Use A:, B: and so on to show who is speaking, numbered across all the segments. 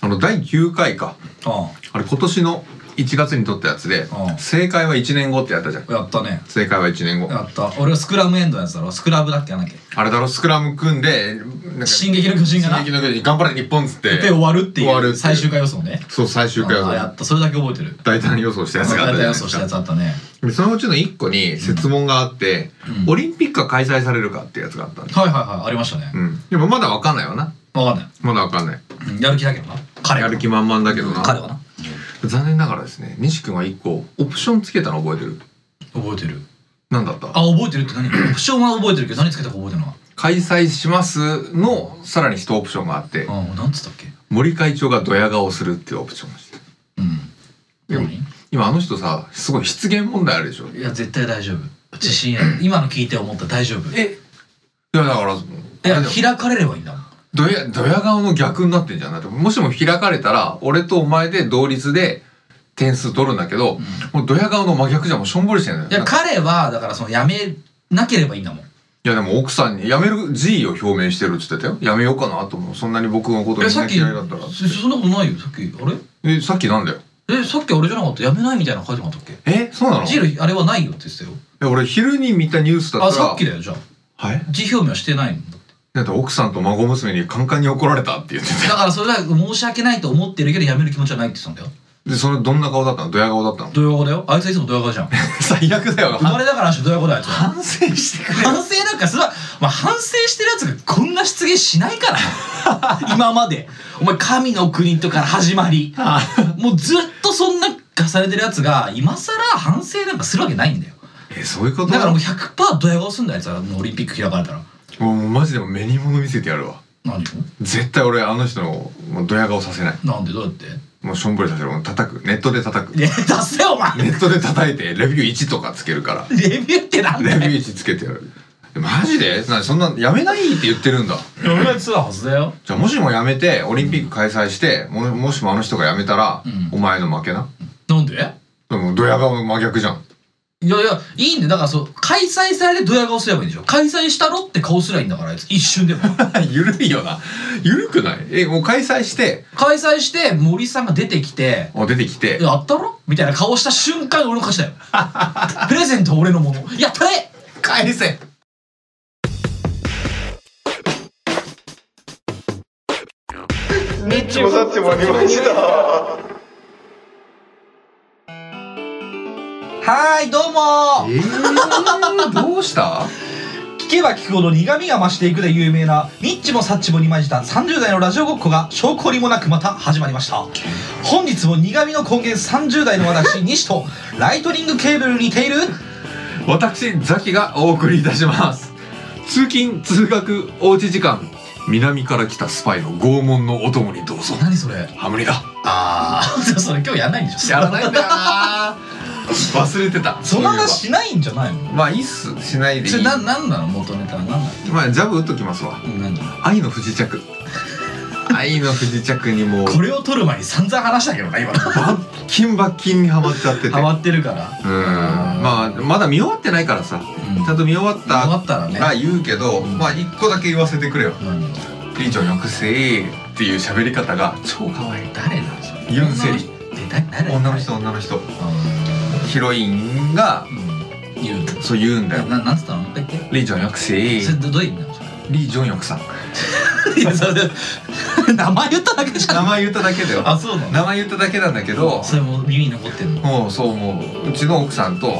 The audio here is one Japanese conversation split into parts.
A: あの第9回か
B: う
A: あれ今年の1月に撮ったやつで
B: うん
A: 正解は1年後ってやったじゃん
B: んやったね
A: 正解は1年後
B: やった俺はスクラムエンドのやつだろスクラブだっけなんだっけ
A: あれだろスクラム組んでなんか
B: 進撃の巨人がな
A: 進撃の巨人頑張れ日本っつって
B: で終わるって
A: 終わ
B: い
A: る
B: う最終回予想ね
A: そう最終回
B: ああや
A: は
B: ったそれだけ覚えてる
A: 大胆予想したやつがあったじゃな
B: 予
A: いで
B: 想し
A: す
B: たや
A: か
B: つあったね
A: でそのうちの1個に設問があって、
B: うん
A: オリンピックが開催されるかってやつがあったんだ、
B: はいはいはいありましたね
A: うん、でもまだ分かんないよな
B: 分かんない
A: まだ分かんない
B: うんやる気だけどな彼
A: や
B: は
A: る気満々だけどな
B: 彼はな
A: 残念ながらですね西君は1個オプションつけたの覚えてる
B: 覚えてる
A: 何だった
B: あ覚えて るって何オプションは覚えてるけど何つけたか覚えてるのは
A: 開催しますのさらに1オプションがあって
B: うん何つったっけ
A: 森会長がドヤ顔するっていうオプションをしてる
B: うん
A: でも今あの人さすごい失言問題あるでしょ
B: いや絶対大丈夫自信ある今の聞いて思った大丈夫
A: えいやだから
B: いや開かれればいいんだもん
A: ドヤドヤ顔の逆になってんじゃんだってもしも開かれたら俺とお前で同率で点数取るんだけど、もうドヤ顔の真逆じゃんもうしょんぼりしてんのよ
B: いや彼はだからそのやめなければいいんだもん
A: いやでも奥さんに辞める辞意を表明してるって言ってたよ辞めようかなと思うそんなに僕のこと
B: え
A: みん
B: さっ
A: な
B: き
A: 嫌いだったら
B: そそんなことないよさっきあれ
A: えさっきなんだよ
B: えさっきあれじゃなかったやめないみたいなの書いてなかったっけ
A: えそうなの
B: ジールあれはないよって言ってたよ
A: え俺昼に見たニュースだったら
B: あさっきだよじゃあ
A: はい
B: 辞表明はしてないんだって
A: だって奥さんと孫娘にカンカンに怒られたって言って
B: だからそれは申し訳ないと思ってるけどやめる気持ちはないって言ってたんだよ
A: たでそれどんな顔だったのドヤ顔だったの
B: ドヤ顔だよあいつはいつもドヤ顔じゃん生
A: 最悪だよ
B: まれだからあの人ドヤ顔だよあいつは
A: 反省してくれ
B: 反省なんかそれは、まあ、反省してるやつがこんな失言しないから 今までお前神の国とかから始まりもうずっとそんな化されてるやつが今更反省なんかするわけないんだよ
A: えそういうこと
B: だからもう100%ドヤ顔すんだよあいつはもうオリンピック開かれたら
A: もうもうマジでもう目に物見せてやるわ
B: 何を
A: 絶対俺あの人のもうドヤ顔させない
B: なんでどうやって
A: もうしょんぼりさせるもう叩くネットで叩く
B: い
A: ネ
B: や出せよお 前
A: ットで叩いてレビュー1とかつけるから
B: レビューってなん
A: レ
B: だよ
A: ビュー1つけてやるえマジでなそんなやめないって言ってるんだ
B: 俺が言ってたはずだよ
A: じゃあもしもやめてオリンピック開催してももしもあの人がやめたら、
B: うん
A: お前の負けな
B: なんでい
A: でもドヤ顔の真逆じゃん
B: やいやいいんだよだからそう開催されてドヤ顔すればいいんでしょ開催したろって顔すりゃいいんだからあいつ一瞬 でも
A: ゆるいよなゆるくないえもう開催して
B: 開催して森さんが出てきて
A: あ出てきて
B: やったろみたいな顔した瞬間俺の勝ちだ よプレゼント俺のものやったれ
A: 返せ
C: ちもさっちもありました。
B: はーいどうも
A: えー、どうした
B: 聞けば聞くほど苦味が増していくで有名なニッチもサッチもにまじた30代のラジオごっこが証拠りもなくまた始まりました本日も苦味の根源30代の私西とライトニングケーブルに似ている
A: 私ザキがお送りいたします通勤通学おうち時間南から来たスパイの拷問のお供にどうぞ
B: 何それ
A: ハムリだ
B: ああそれ今日やんないんでしょ
A: やらないんだよな忘れてた
B: そんな話
A: そうい
B: しないんじゃないの
A: えばまあいいっすしないでい
B: そ
A: い
B: れななんなの元ネタは何なの
A: まあジャブ打っときますわ
B: 何なの
A: 愛の不時着愛の不時着にもう
B: これを撮る前に散々話したけどな今の
A: バッキンバッキンにハマっちゃっててうん
B: ハマってるから
A: まあまだ見終わってないからさ
B: うん
A: ちゃんと見終わっ
B: 終わ
A: た
B: ったらね
A: ら言うけど、
B: うん
A: まあ一個だけ言わせてくれよ
B: 何
A: リーチョンよくせーっていう喋り方が超可愛い
B: 誰なのそれ
A: ユンセリ
B: えだ誰
A: 女の人女の人
B: う
A: ヒロインが
B: んうんユン
A: そう言うんだよ
B: ななんつったのだっけ
A: リージョンよくせ
B: それ
A: ー
B: どどういう意味なのそ
A: リージョンよく さん
B: れいやそれで名前言っただけじゃ
A: 名
B: ん
A: 前言っただけだよ
B: あそうなの
A: 名前言っただけなんだけど
B: それも耳に残ってんの
A: もうそうもううちの奥さんと
B: ん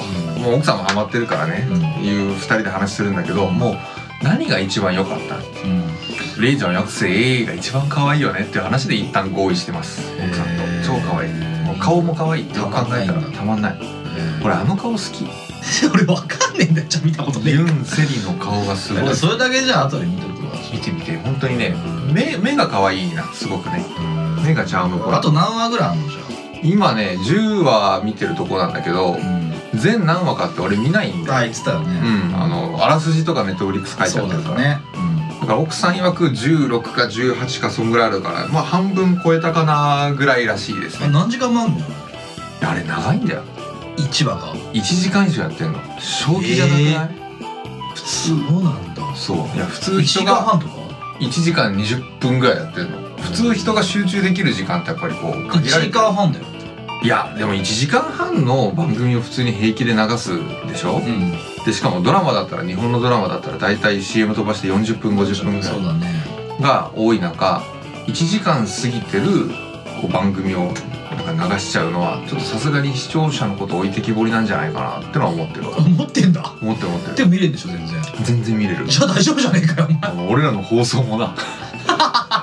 A: もう奥さんもハマってるからね
B: うん
A: いう二人で話するんだけどもう何が一番良かった
B: うん
A: リージョンよくせーが一番可愛いよねっていう話で一旦合意してます奥さんと
B: へー
A: 超可愛いもう顔も可愛いよく考えたらたまんない俺あの顔好き
B: 俺わかんねえんだよじゃあ見たことね
A: ユン・セリの顔がす
B: え
A: ごい
B: それだけじゃあ後で見とくわ
A: 見てみて本当にね目目が可愛いなすごくね目がチャームポイント
B: あと何話ぐらいあんのじゃ
A: 今ね10話見てるとこなんだけど
B: あ
A: 全何話かって俺見ないんだよ、
B: あ言ってたよね
A: うん、あのあらすじとかネットフリックス書いてあ
B: そう
A: って
B: だ
A: るから
B: よ
A: だ,、
B: ね
A: から奥さん曰く16か18かそんぐらいあるからまあ半分超えたかなぐらいらしいです
B: うん
A: ね
B: 何時間もあんの
A: あれ長いんだよ
B: 一話が
A: 1時間以上やってんの正気じゃなくない、
B: 普通そうなんだ
A: そういや普通
B: 1時
A: 人
B: 間
A: が
B: 半とか
D: 1時間20分ぐらいやってるの普通人が集中できる時間ってやっぱりこう限
B: 1
D: られ
B: 時
D: て
B: 間半だよ
A: いやでも1時間半の番組を普通に平気で流すでしょ、
D: うん
A: でしかもドラマだったら日本のドラマだったら大体 CM 飛ばして40分50分ぐら
D: そう
A: い
D: だね
A: が多い中1時間過ぎてるこう番組をなんか流しちゃうのはちょっとさすがに視聴者のこと置いてきぼりなんじゃないかなってのは思ってるわ
B: 思ってんだ
A: 思ってる思って
B: で
A: る
B: も見れんでしょ全然
A: 全然見れる
B: じゃあ大丈夫じゃねえかよお前
A: あの俺らの放送もな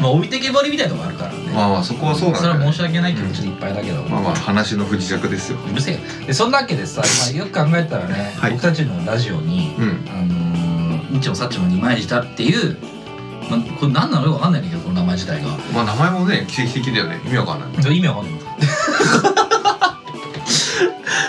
B: まあ置いてけぼりみたいなとこあるからね
A: まあまあそこはそうなん
B: それ
A: だ
B: は
A: けど
B: 申し訳ない気持ちでいっぱいだけど、
A: まあまあ話の不時着ですよ
B: うるせえよでそんなわけで さ、まあ、よく考えたらね、
A: はい
B: 僕たちのラジオに
A: うん
B: あのー、みちもさっちも二枚舌っていう、まあ、これ何なのよくわかんないんだけどこの名前自体が
A: まあ名前もね奇跡的だよね意味わかんない
B: 意味わかんない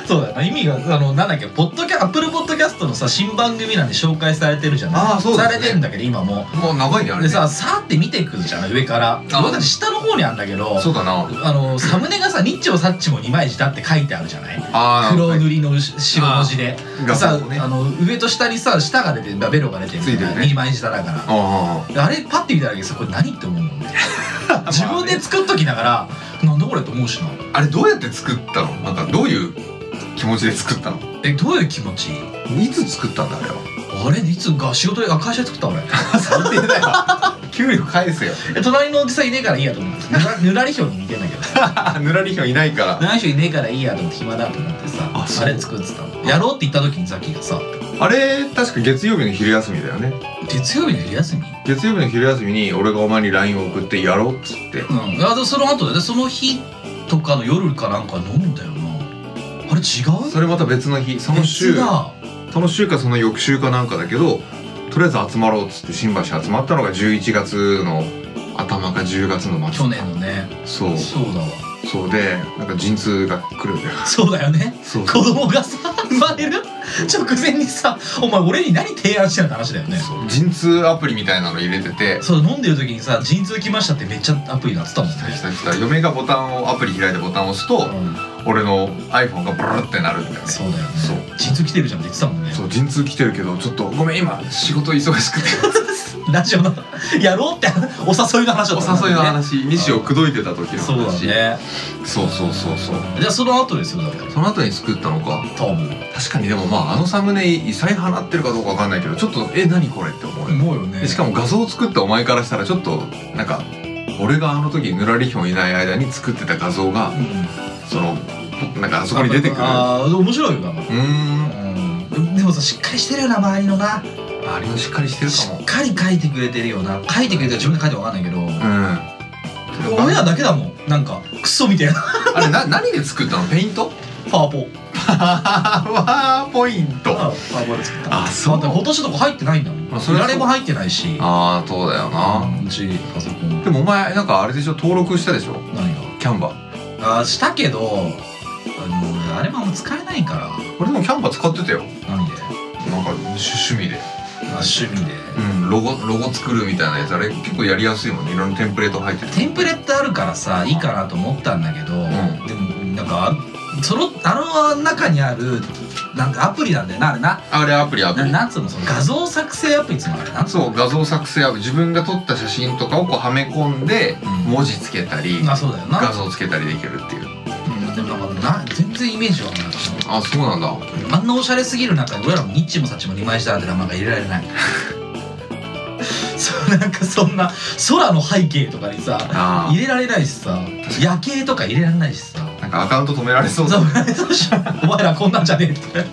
B: そうだよな意味があのなんだっけポッドキャアップルポッドキャストのさ新番組なんで紹介されてるじゃない
A: ああそうだね
B: されてんだけど今も
A: もう長いねあれね
B: でささーって見ていくじゃない上から
A: あ
B: 僕たち下の方にあるんだけど
A: そうだな
B: あのサムネがさ「ニッチもサッチも二枚舌」って書いてあるじゃない
A: ああ
B: 黒塗りのうし白文字で
A: 画
B: さ
A: 像ね
B: あの上と下にさ舌が出てベロが出てる
A: ついてるね
B: 二枚舌だから
A: あ
B: あれパッて見ただけでさこれ何って思 うもんね自分で作っときながらなんだこれって思うしな
A: ああれどうやって作ったのなんかどういう気持ちで作ったの
B: えどういう気持ち
A: いつ作ったんだあれは
B: あれいつが仕事であ会社で作った俺
A: 最低だよ 給料返せよ
B: え隣のおじさんいねえからいいやと思ってぬらぬらりひょうに似てんだけどさ
A: ぬらりひょんいないから
B: ぬらりひょういねえからいいやと思って暇だと思ってさ
A: あ
B: あ
A: そう
B: れ作ってたのやろうって言った時にザッキーがさ
A: あれ確か月曜日の昼休みだよね
B: 月曜日の昼休み
A: 月曜日の昼休みに俺がお前に LINE を送ってやろうっつって
B: うんあでその後でその日とかの夜かなんか飲んだよなあれ違う
A: それまた別の日その週
B: 別だ
A: その週かその翌週かなんかだけどとりあえず集まろうっつって新橋集まったのが11月の頭か10月の末
B: 去年のね
A: そう
B: そうだわ
A: そうでなんか陣痛が来るんだよ
B: そうだよね
A: そう
B: 子供がさ 生まれる直前にさお前俺に何提案してんのって話だよね
A: そう陣痛アプリみたいなの入れてて
B: そう飲んでる時にさ「陣痛来ました」ってめっちゃアプリなってたもんね
A: 来た来た来た嫁がボタンをアプリ開いてボタンを押すと、
B: うん
A: 俺の iPhone がブルルってなるんだよねそ
B: そうだよね
A: そ
B: 陣痛来てるじゃんって言ってたもんね
A: う陣痛来てるけどちょっとごめん今仕事忙し くて
B: ラジオのやろうって お誘いの話だ
A: お
B: ったもんね
A: 誘いの話西を口説いてた時の話
B: そうだね
A: そうそうそうそう
B: じゃあその後ですよだから
A: その後に作ったのか
B: 多分
A: 確かにでもまああのサムネ異彩放ってるかどうかわかんないけどちょっとえ何これって思うよね
B: 思うよね
A: でしかも画像を作ったお前からしたらちょっとなんか俺があの時ぬらりひょんいない間に作ってた画像が
B: うん
A: そのなんかあそこに出てくるう
B: あー面白いよな
A: ーん
B: うんでもさしっかりしてるよな周りのな
A: あれもしっかりしてる
B: し
A: かも
B: っかり書いてくれてるよな書いてくれたら自分で書いてもわかんないけど
A: うん
B: 俺らだけだもんなんかクソみたい な
A: あれな何で作ったのペイント
B: パワポ
A: ワーポイント
B: あパワポで作った
A: あそう
B: だって今年とか入ってないんだもん
A: まあ
B: い
A: それは
B: られも入ってないし
A: ああそうだよな
B: うちパソコン
A: でもお前なんかあれでしょ登録したでしょ
B: 何
A: キャンバ
B: があしたけどあのあれもあんま使えないから
A: 俺でもキャンバ使ってたよ
B: 何で
A: なんか趣趣味で
B: あ趣味で
A: うん、ロゴロゴ作るみたいなやつあれ結構やりやすいもんねいろんなテンプレート入ってて
B: テンプレってあるからさいいかなと思ったんだけど、
A: ん
B: でもなんかそのあの中にあるなんかアプリなんだよなあれな
A: あれアプリアプ
B: な
A: リ
B: なんつうのその画像作成アプリっつうのあれな
A: そう画像作成アプリ自分が撮った写真とかをこうはめ込んで
B: うん
A: 文字つけたり
B: あそうだよな
A: 画像つけたりできるっていう
B: うん、でもなんかな全然イメージわかんなかっ
A: あそうなんだ
B: たあんなおしゃれすぎる中に俺らもニッチもサッチも二枚舌なんて名前が入れられ ないそうなんかそんな空の背景とかにさ
A: あ
B: 入れられないしさ夜景とか入れられないしさ
A: ーなんかアカウント止められそうだ
B: そうそうしようお前らこんなんじゃねえって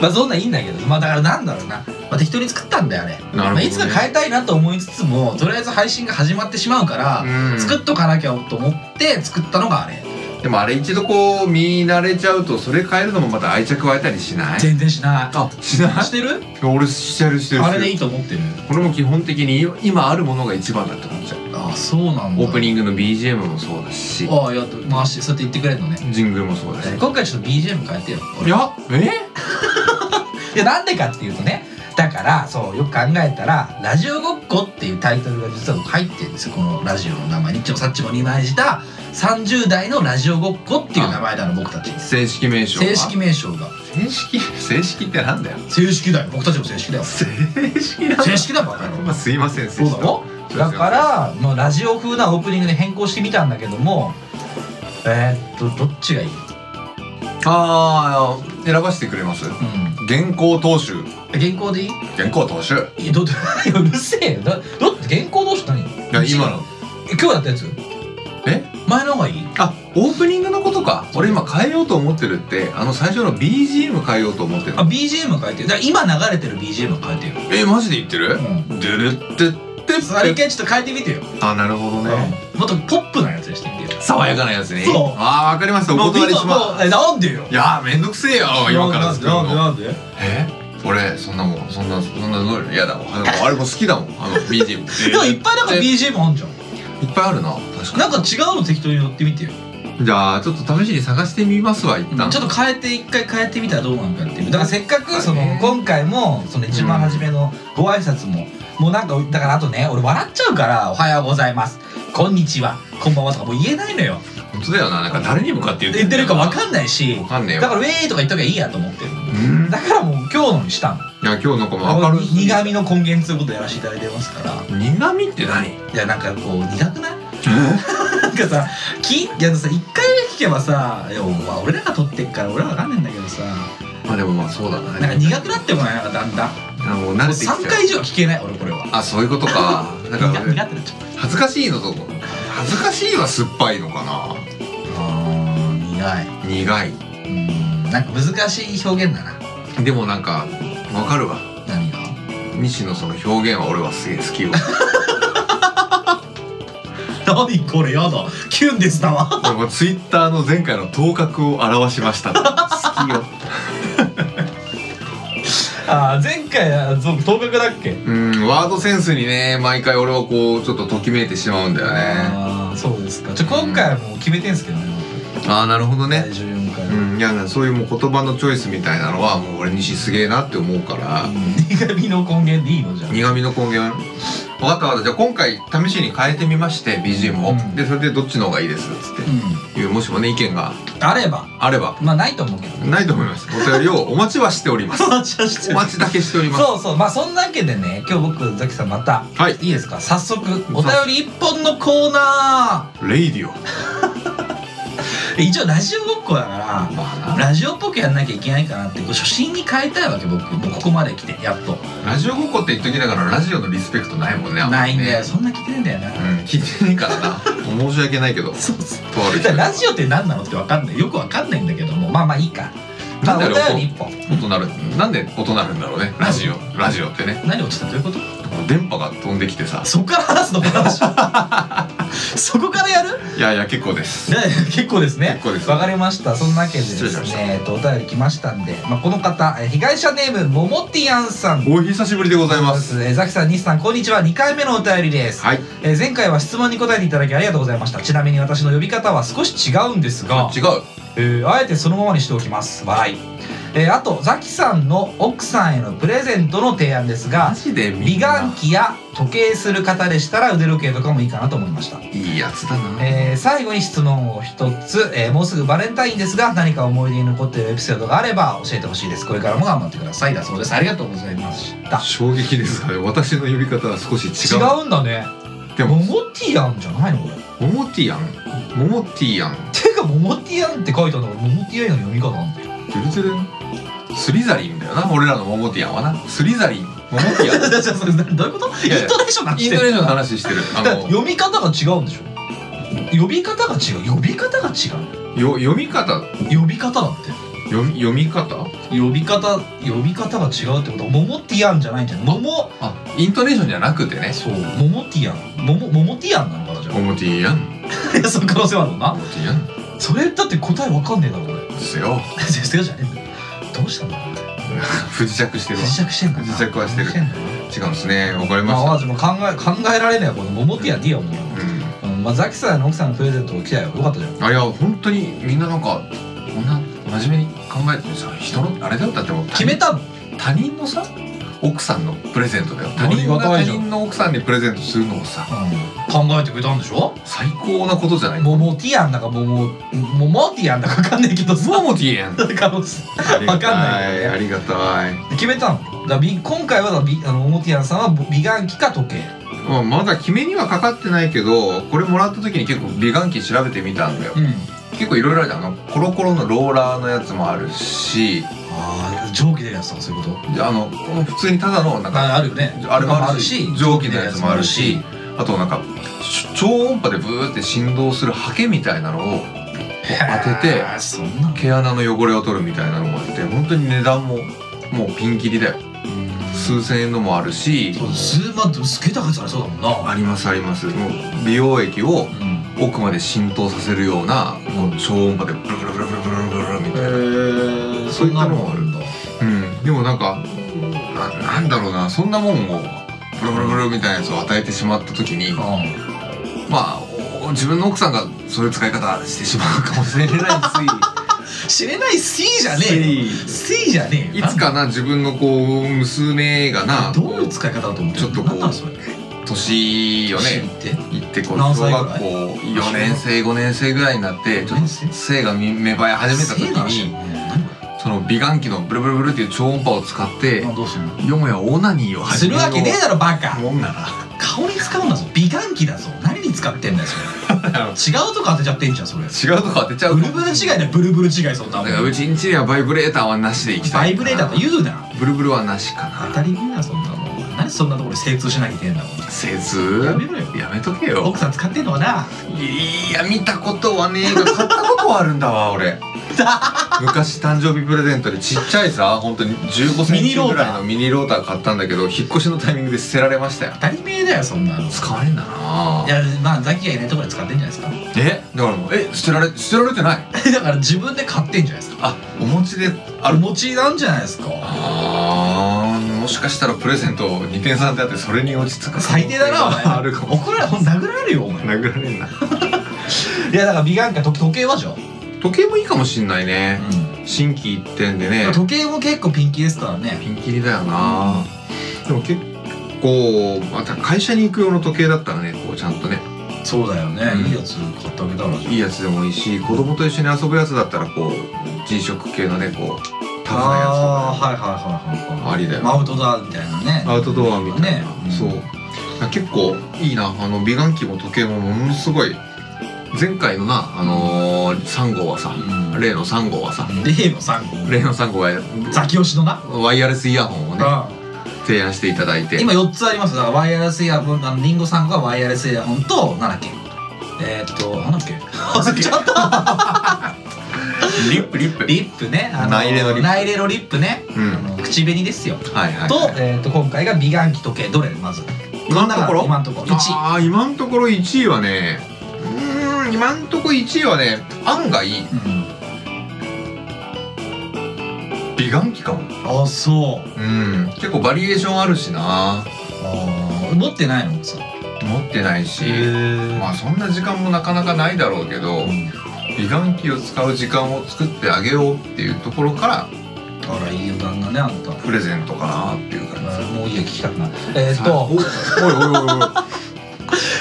B: まあそんなんいいんだけどまあだからなんだろうな、まあ、適当に作ったんだよあれ
A: な
B: まあ、いつか変えたいなと思いつつもとりあえず配信が始まってしまうから、
A: うん
B: 作っとかなきゃと思って作ったのがあれ
A: でもあれ一度こう見慣れちゃうとそれ変えるのもまた愛着湧いたりしない
B: 全然しない
A: あしな
B: してる
A: い俺してるしてるしてる
B: あれでいいと思ってる
A: これも基本的に今あるものが一番だと思っちゃう
B: ああそうなんだ
A: オープニングの BGM もそうだし
B: ああやっと回してそうやって言ってくれるのね
A: ジングルもそうだし
B: 今回ちょっと BGM 変えてよ
A: いやえ
B: いやなんでかっていうとねだからそうよく考えたら「ラジオごっこ」っていうタイトルが実は僕入ってるんですよこのラジオの名前にっちもさっちも二枚した30代のラジオごっこっていう名前なの僕たち
A: 正式名称は
B: 正式名称が
A: 正式正式ってなんだよ
B: 正式だよ僕たちも正式だよ
A: 正式な
B: 正 式だバカ野郎
A: まあすいません
B: そうだろ
A: 正式
B: だから、まあ、ラジオ風なオープニングに変更してみたんだけどもえー、っとどっちがいい、
A: ああ選ばせてくれます
B: うん、
A: 原稿投手
B: 原稿でいい
A: 原稿投手
B: いやどう るせえよだど原稿どうしたの
A: いや今の
B: 今日やったやつ
A: え
B: 前の方がいい
A: あオープニングのことか俺今変えようと思ってるってあの最初の BGM 変えようと思ってる
B: あ BGM 変えてるだから今流れてる BGM 変えてる
A: えマジで言ってる
B: うん
A: ドゥルッテッテ
B: それ
A: ッテ
B: 一回ちょっと変えてみてよ、
A: あなるほどね
B: もっとポップなやつにしてみてよ
A: 爽やかなやつね
B: そう
A: ああわかりましたお断りし
B: もう
A: ます
B: えなんでよ
A: いやーめんどくせえよ今から作る
B: なんで
A: の
B: なんでなんで
A: え俺そんなもんそんなそんなの嫌だもんあのあれも好きだもんあの BGM
B: でもいっぱいなんか
A: いっ
B: BGM あんじゃん
A: ぱいあるな確
B: な
A: か
B: んか違うの適当に乗ってみてよ
A: にじゃあちょっと試しに探してみますわ一
B: ちょ
A: 旦
B: っと変えて一回変えてみたらどうなのかっていうだからせっかくその
A: ね
B: 今回もその一番初めのご挨拶ももうなんかだからあとね俺笑っちゃうから「おはようございます」「こんにちは」「こんばんは」とかもう言えないのよ
A: 本当だよななんか誰に向かって言って
B: 言ってるか分
A: ん
B: かんないし
A: わかんねえ
B: だ
A: よ
B: から「ウェーイ!」とか言っときゃいいやと思ってる
A: うん
B: だからもう今日のにしたの
A: いや今日なんかもう明るい
B: 苦味の根源ということやらせていただいてますから
A: 苦味って何
B: いやなんかこう苦くない なんかさきいやさ一回聞けばさいや、まあ、俺らが撮ってっから俺らわかんないんだけどさ
A: まあでもまあそうだな
B: なんか苦くなってもないなんかだんだん
A: あもう慣れてきちゃう
B: 3回以上は聞けない俺これは
A: あそういうことかだから
B: 苦苦手に
A: 俺
B: なっちゃう
A: 恥ずかしいのと恥ずかしいは酸っぱいのかな
B: あー苦い
A: 苦いう
B: ーんなんか難しい表現だな
A: でもなんかわかるわ
B: 何が
A: 西のその表現は俺はすげえ好きよ
B: 何これやだキュンですだ わ
A: なんかツイッターの前回の頭角を表しました好きよ
B: あー前回は頭角だっけ
A: うんワードセンスにね毎回俺はこうちょっとときめいてしまうんだよね
B: あーそうですかじゃあ今回はもう決めてんすけどね
A: ああなるほど
B: 第
A: ね
B: 14回
A: うんいやそういうもう言葉のチョイスみたいなのはもう俺西すげえなって思うから、
B: 苦味の根源でいいのじゃん
A: 苦味の根源分かった分かったじゃあ今回試しに変えてみまして BGM を、
B: うん
A: でそれでどっちの方がいいですっつっ
B: う
A: ていうもしもね意見が
B: んあれば
A: あれば
B: まあないと思うけど
A: ないと思いますお便りをお待ちはしており ますお待ちだけしております
B: そうそうまあそんなわけでね今日僕ザキさんまた
A: はい
B: いいですか早速お便り一本のコーナ
A: レイディオ
B: ー一応ラジオごっこだか
A: ま
B: らラジオっぽくやんなきゃいけないかなってこう初心に変えたいわけ僕もうここまで来てやっと
A: あラジオごっこって言っときながらラジオのリスペクトないもんねあま
B: な
A: り
B: いん
A: ね
B: だよそんな来てんだよな
A: うん聞いてねえからな申し訳ないけどと
B: そうそう
A: ある
B: じ
A: 人
B: ゃ あ
A: が
B: ラジオって何なのってわかんないよくわかんないんだけどもまあまあいいかまあ
A: な
B: お
A: んだろう
B: 便り一本
A: 音なるなんで音なるんだろうねラジオラジオってね
B: 何落ちたどういうこと
A: 電波が飛んできてさ
B: そこから話すのこの 話そこからやる
A: いやいや結構です
B: じゃあ結構ですね
A: 結構です
B: わかりましたそんなわけでです
A: 失礼しました
B: ねえっとお便り来ましたんで、まあ、この方えー被害者ネームももてィアンさん
A: お久しぶりでございます
B: えーザキさん、西さん、こんにちは。2回目のお便りです、
A: はい
B: えー前回は質問に答えていただきありがとうございました。ちなみに私の呼び方は少し違うんですが、
A: 違う
B: えーあえてそのままにしておきます。笑い。えーあと、ザキさんの奥さんへのプレゼントの提案です
A: マ
B: が、
A: ジでみ
B: 美
A: んな
B: 顔器や時計する方でしたら腕時計とかもいいかなと思いました。
A: いいやつだな
B: えー最後に質問を一つ、えーもうすぐバレンタインですが何か思い出に残っているエピソードがあれば教えてほしいですこれからも頑張ってくださいだそうですありがとうございました
A: 衝撃ですあれ私の呼び方は少し違
B: 違
A: う
B: うんだね
A: で
B: モ
A: も
B: モティアンじゃないのこれ
A: モモティアンモモティアン
B: てかモモティアンって書いたのがモモティアンの読み方なんだよ
A: ズルズルンスリザリンだよな俺らのモモティアンはなスリザリンモモティアン
B: じゃあじゃあそれどういうこと
A: いやいや
B: イントネーションなっ て
A: イン
B: る
A: ドネシアの話してるあ
B: だから
A: の
B: 読み方が違うんでしょ呼び方が違う呼び方が違う
A: よ読み方
B: 呼び方だって
A: 読み読み方
B: 呼び方呼び方が違うってことはモモティアンじゃないんじゃないモモ
A: あイントネーションじゃなくてね
B: そう、モモティアン、モモ、モモティアンなのかなじゃ
A: モモティアン
B: あ。いや、その可能性はあるの
A: モ
B: な。
A: モティアン
B: それだって答えわかんねえだ ろ、これ。
A: ですよ
B: 先生じゃねえんだよ。どうしたんだろう。
A: 不時着してるわ
B: 自着してんだな。
A: 不時着はしてる
B: 不時着んだな
A: 違うんですねわかりま
B: まあ、
A: し
B: まずもう考え、考えられないわ、このモモティアンでいいや、も
A: たう
B: う。
A: ん
B: うん、まあ、ザキさんの奥さんのプレゼントを来たよ。よかったじゃん。
A: あいや本当にみんななんかこんな真面目に考えてさ人のあれだったってもう
B: 決めたの
A: 他人のさ奥さんのプレゼントだよ他
B: あり
A: 人
B: が
A: が
B: た
A: 他
B: いじゃん
A: 人の奥さんにプレゼントするのもさ
B: 考えてくれたんでしょ
A: 最高なことじゃない
B: モモティアンだかモモモモティアンだかわかんないけどさ
A: モモティエン
B: だから わかんないよね
A: ありがたい
B: 決めたのだからび今回はだびあのモモティアンさんは美顔器か時計
A: まあまだ決めにはかかってないけどこれもらった時に結構美顔器調べてみたんだよ
B: うん
A: 結構いろいろあるじゃんあのコロコロのローラーのやつもあるし
B: ああ蒸気出るやつとかそういうこと
A: あのこの普通にただのなんか
B: ああるよね
A: あれもあるし蒸気のやつもあるし
B: 蒸気のやつも
A: あとなんかし超音波でブーって振動するハケみたいなのをこう当てて
B: あーそんなの
A: 毛穴の汚れを取るみたいなのもあって本当に値段ももうピンキリだよ数千円のもあるし
B: 数万ってすげえ高いやつありそうだもんな
A: ありますありますもう美容液を
B: うん
A: 奥まで浸透させるようなこう超音波でブルブルブルブルブルブルみたいな、そういったのもある
B: んだ
A: うん、でもなんかななんだろうなそんなもんをブルブルブルみたいなやつを与えてしまった時にまあお自分の奥さんがそういう使い方してしまうかもしれない
B: 知れない C じゃねえよ
A: し
B: C じゃねえ
A: い
B: よ
A: つかな自分のこう娘がな
B: どういう使い方だと思ってる
A: ちょっとこう
B: なんなのそれ
A: 年よね
B: 知って
A: 行ってこう
B: 何
A: 小
B: 歳ぐら
A: 学
B: い
A: 校4年生5年生ぐらいになってちょっと性が芽生え始めた時にその美顔器のブルブルブルっていう超音波を使って
B: どうするの
A: よもやオナニーを
B: す
A: 始め
B: る
A: よう
B: わけねえだろバカ
A: もんなら
B: 顔に使うんだぞ美顔器だぞ何に使ってんだよそ れ違うとこ当てちゃってんじゃんそれ
A: 違うとこ当てちゃう
B: ブ
A: と
B: ルブル違いだよブルブル違いそんな
A: だ
B: も
A: から
B: ん
A: うちんちにはバイブレーターはなしで行きた
B: バ
A: い
B: イブレーターと言うな
A: ブルブルはなしか
B: 当
A: な
B: たり前だそんなもん何でそんなところで精通しなきゃいけないんだもん
A: せず
B: やめろよ
A: やめとけよ
B: 奥さん使ってんのはない
A: や見たことはねえが買ったことはあるんだわ 俺昔誕生日プレゼントでちっちゃいさ本当に15センチぐらいのミニローター買ったんだけど引っ越しのタイミングで捨てられましたよ
B: 当たり前だよそんなのい
A: 使われんだな
B: やまあザキがいないところで使ってんじゃないですか
A: えだからもうえ捨てられ捨てられてない
B: だから自分で買ってんじゃないですか
A: あお餅で
B: あれ持ちなんじゃないですか
A: あーもしかしたらプレゼント2点3点あってそれに落ち着く
B: 最低だなお前
A: あるかも
B: 怒られほん殴られるよお前
A: 殴られんない
B: やだから美顔器時時計はじゃん、
A: 時計もいいかもしんないね
B: う
A: 心機一転でね
B: ん、時計も結構ピンキーですからね
A: ピンキリだよなでも結構また会社に行く用の時計だったらねこうちゃんとね
B: そうだよね、
A: うん
B: いいやつ買ってあげたらじゃん
A: いいやつでもいいし子供と一緒に遊ぶやつだったらこう G 色系のねこうタフなやつ
B: ああーはいはいはいはいはい
A: ありだよ
B: アウトドアみたいなね
A: アウトドアみたいな、
B: ね
A: そう結構いいなあの美顔器も時計もものすごい前回のなあのー、3号はさ
B: うん
A: 例の3号はさ
B: 例の3個
A: 例の3号は
B: ザキオシのな、
A: ワイヤレスイヤホンをね
B: あ
A: 提案していただいて
B: 今4つありますだからワイヤレスイヤホンあのリンゴさんがワイヤレスイヤホンとなんだっけえー、っとなんだっけ忘れちゃった
A: リップリップ
B: リップねあ
A: ナイレのリップ
B: ナイレのリップね、
A: うん
B: あの口紅ですよ
A: はいはい
B: と,、えー、と今回が美顔器時計どれまず
A: 今のところ
B: 今のところ1位
A: ああ今のところ1位はねうーん今のところ1位はね案外
B: うん
A: 美顔器かも
B: あそう
A: うん結構バリエーションあるしな
B: あー持ってないのさ
A: 持ってないしまあそんな時間もなかなかないだろうけど美顔器を使う時間を作ってあげようっていうところから
B: あらいいよ旦那ねあんた
A: プレゼントかなっていう感じ
B: もういいよ聞きたくないえー、っ
A: お
B: と
A: いおいおいおい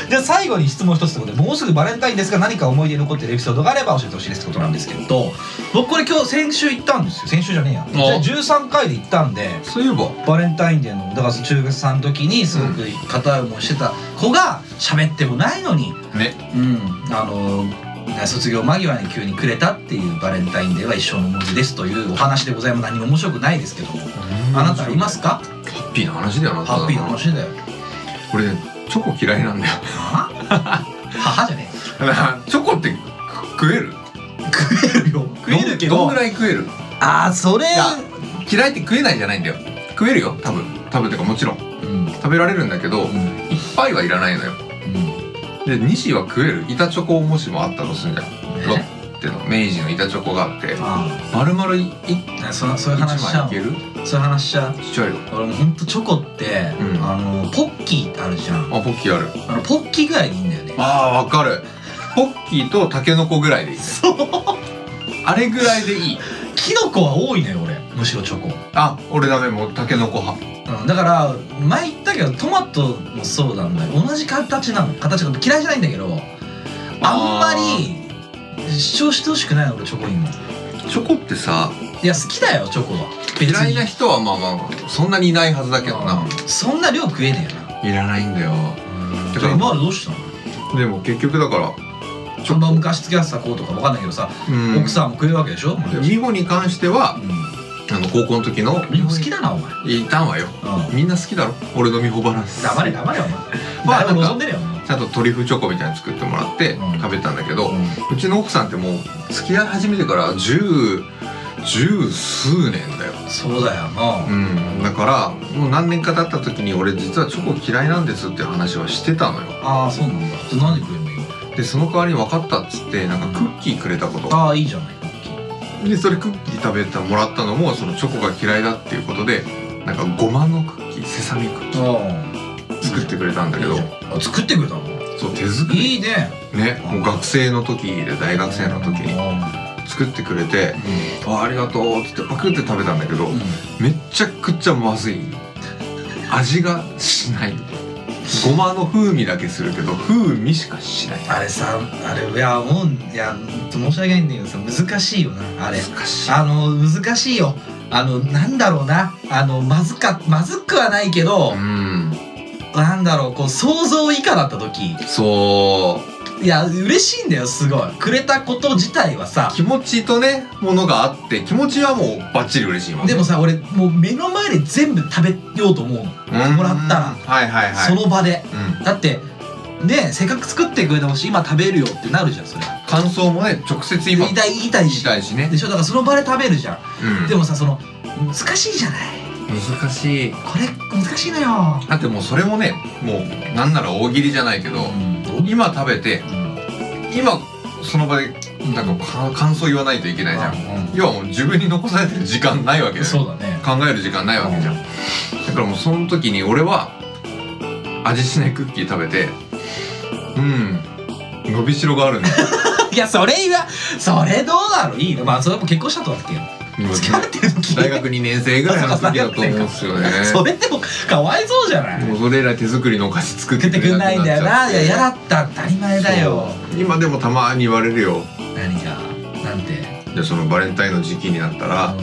B: じゃあ最後に質問一つということでもうすぐバレンタインですが何か思い出に残ってるエピソードがあれば教えてほしいですってことなんですけど僕これ今日先週行ったんですよ先週じゃねえやじゃあ13回で行ったんで
A: そういえば
B: バレンタインデーのだから中学さんの時にすごく片思いしてた子が喋ってもないのに
A: ね
B: うんあの卒業間際に急にくれたっていうバレンタインデーは一生の思い出ですというお話でございます何も面白くないですけどもあなたあります
A: ハ
B: か
A: ッピーな話だよな
B: ハッピーな話 だよ
A: これねチョコ嫌いなんだよ
B: は母じゃねえ
A: チョコって食える
B: 食えるよ食えるけ
A: ど
B: ど
A: んぐらい食える
B: ああそれ
A: いや嫌いって食えないじゃないんだよ食えるよ多分多分ってかもちろん
B: うん
A: 食べられるんだけど
B: うんうん
A: 一杯はいらないのよで西は食える板チョコもしもあったとするんだよロ
B: ね
A: ッテの明治の板チョコがあって
B: あ
A: 丸々い一
B: あねそそういう話しちゃ
A: 枚
B: う
A: いける
B: そういう話しちゃう
A: しちゃうよ
B: 俺もほんとチョコって、
A: うん
B: あのポッキーってあるじゃん
A: あポッキーある
B: あのポッキーぐらいでいいんだよね
A: あーわかるポッキーとタケノコぐらいでいい
B: そう
A: あれぐらいでいい
B: キノコは多いのよ俺むしろチョコ、
A: あ俺ダメもうタケノコ派
B: うん、だから前言ったけけどトマトもそうなんだよ同じ形なの形が嫌いじゃないんだけどあんまり主張してほしくないの俺チョコインの
A: チョコってさ
B: いや好きだよチョコは別
A: 嫌い
B: に
A: な人はまあまあそんなにいないはずだけどな
B: そんな量食えねえよない
A: らないんだよだ
B: じゃ
A: か
B: あ
A: ら
B: 今までどうしたの
A: でも結局だから
B: ちょっと昔付き合ってた子とかわかんないけどさ、
A: うん
B: 奥さんも食えるわけでしょ、うん、
A: 美穂に関してはあの高校の時の
B: でも好きだなお前、
A: いたんわよ
B: うん、
A: みんな好きだろ俺の美穂バランス
B: 黙れ黙れお前
A: まあ
B: 誰も望んでねえよ
A: ちゃんとトリュフチョコみたいに作ってもらって
B: うん
A: 食べたんだけ
B: お
A: ど、う
B: 前
A: ちの奥さんってもう付き合い始めてから十十数年だよ
B: そうだよな、
A: うんだからもう何年か経った時に俺実はチョコ嫌いなんですっていう話はしてたのよ
B: ああそうなんだじゃあ何食えんのよ
A: でその代わりに分かったっつってなんかクッキーくれたこと
B: ああいいじゃないクッキー
A: でそれクッキー食べたもらったのもそのチョコが嫌いだっていうことでなんかごまのクッキーセサミクッキ
B: あ
A: ー作ってくれたんだけど
B: あ作ってくれたの
A: そう手作り
B: いいね
A: ねもう学生の時で大学生の時に
B: あ
A: 作ってくれて
B: ー
A: 「あありがとう」っつってパクって食べたんだけど
B: うん
A: めちゃくちゃまずい味がしないごまの風味だけするけど風味しかしない
B: あれさあれいやもういや申し訳ないんだけどさ難しいよなあれ
A: 難しい
B: あの難しいよあのなんだろうなあのまずかまずくはないけど
A: う、ん
B: なんだろうこう想像以下だった時
A: そ
B: いや嬉しいんだよすごいくれたこと自体はさ
A: う気持ちとねものがあって気持ちはもうバッチリ嬉しいもん
B: でもさ俺もう目の前で全部食べようと思うの、
A: うん
B: もらったら
A: はいはいはい
B: その場で
A: うん
B: だってねせっかく作ってくれたもんし今食べるよってなるじゃんそれ
A: 感想もね直接今
B: 言いたい言いたい
A: 言い
B: した
A: いしね
B: でしょだからその場で食べるじゃん、
A: うん
B: でもさその難しいじゃない
A: 難しい
B: これ難しいのよ、
A: だってもうそれもねもうなんなら大喜利じゃないけど今食べて今その場でなんかか感想言わないといけないじゃん要はもう自分に残されてる時間ないわけだよ
B: うだね
A: 考える時間ないわけじゃんだからもうその時に俺は味しないクッキー食べてうん伸びしろがある ね
B: いやそれはそれどうだろういいのまあそれも結婚したとだっけ
A: 今
B: 付き合ってる時
A: 大学2年生ぐらいの時だと思うんですよね
B: それでもかわいそうじゃない
A: もうそれ以来手作りのお菓子作っ
B: 食
A: て
B: って
A: く
B: く
A: れ
B: ん
A: な
B: ない
A: く
B: んだ
A: なっちゃっ
B: よない
A: て
B: や嫌だった当たり前だよ
A: そう今でもたまに言われるよ
B: 何がなんて
A: でそのバレンタインの時期になったら
B: う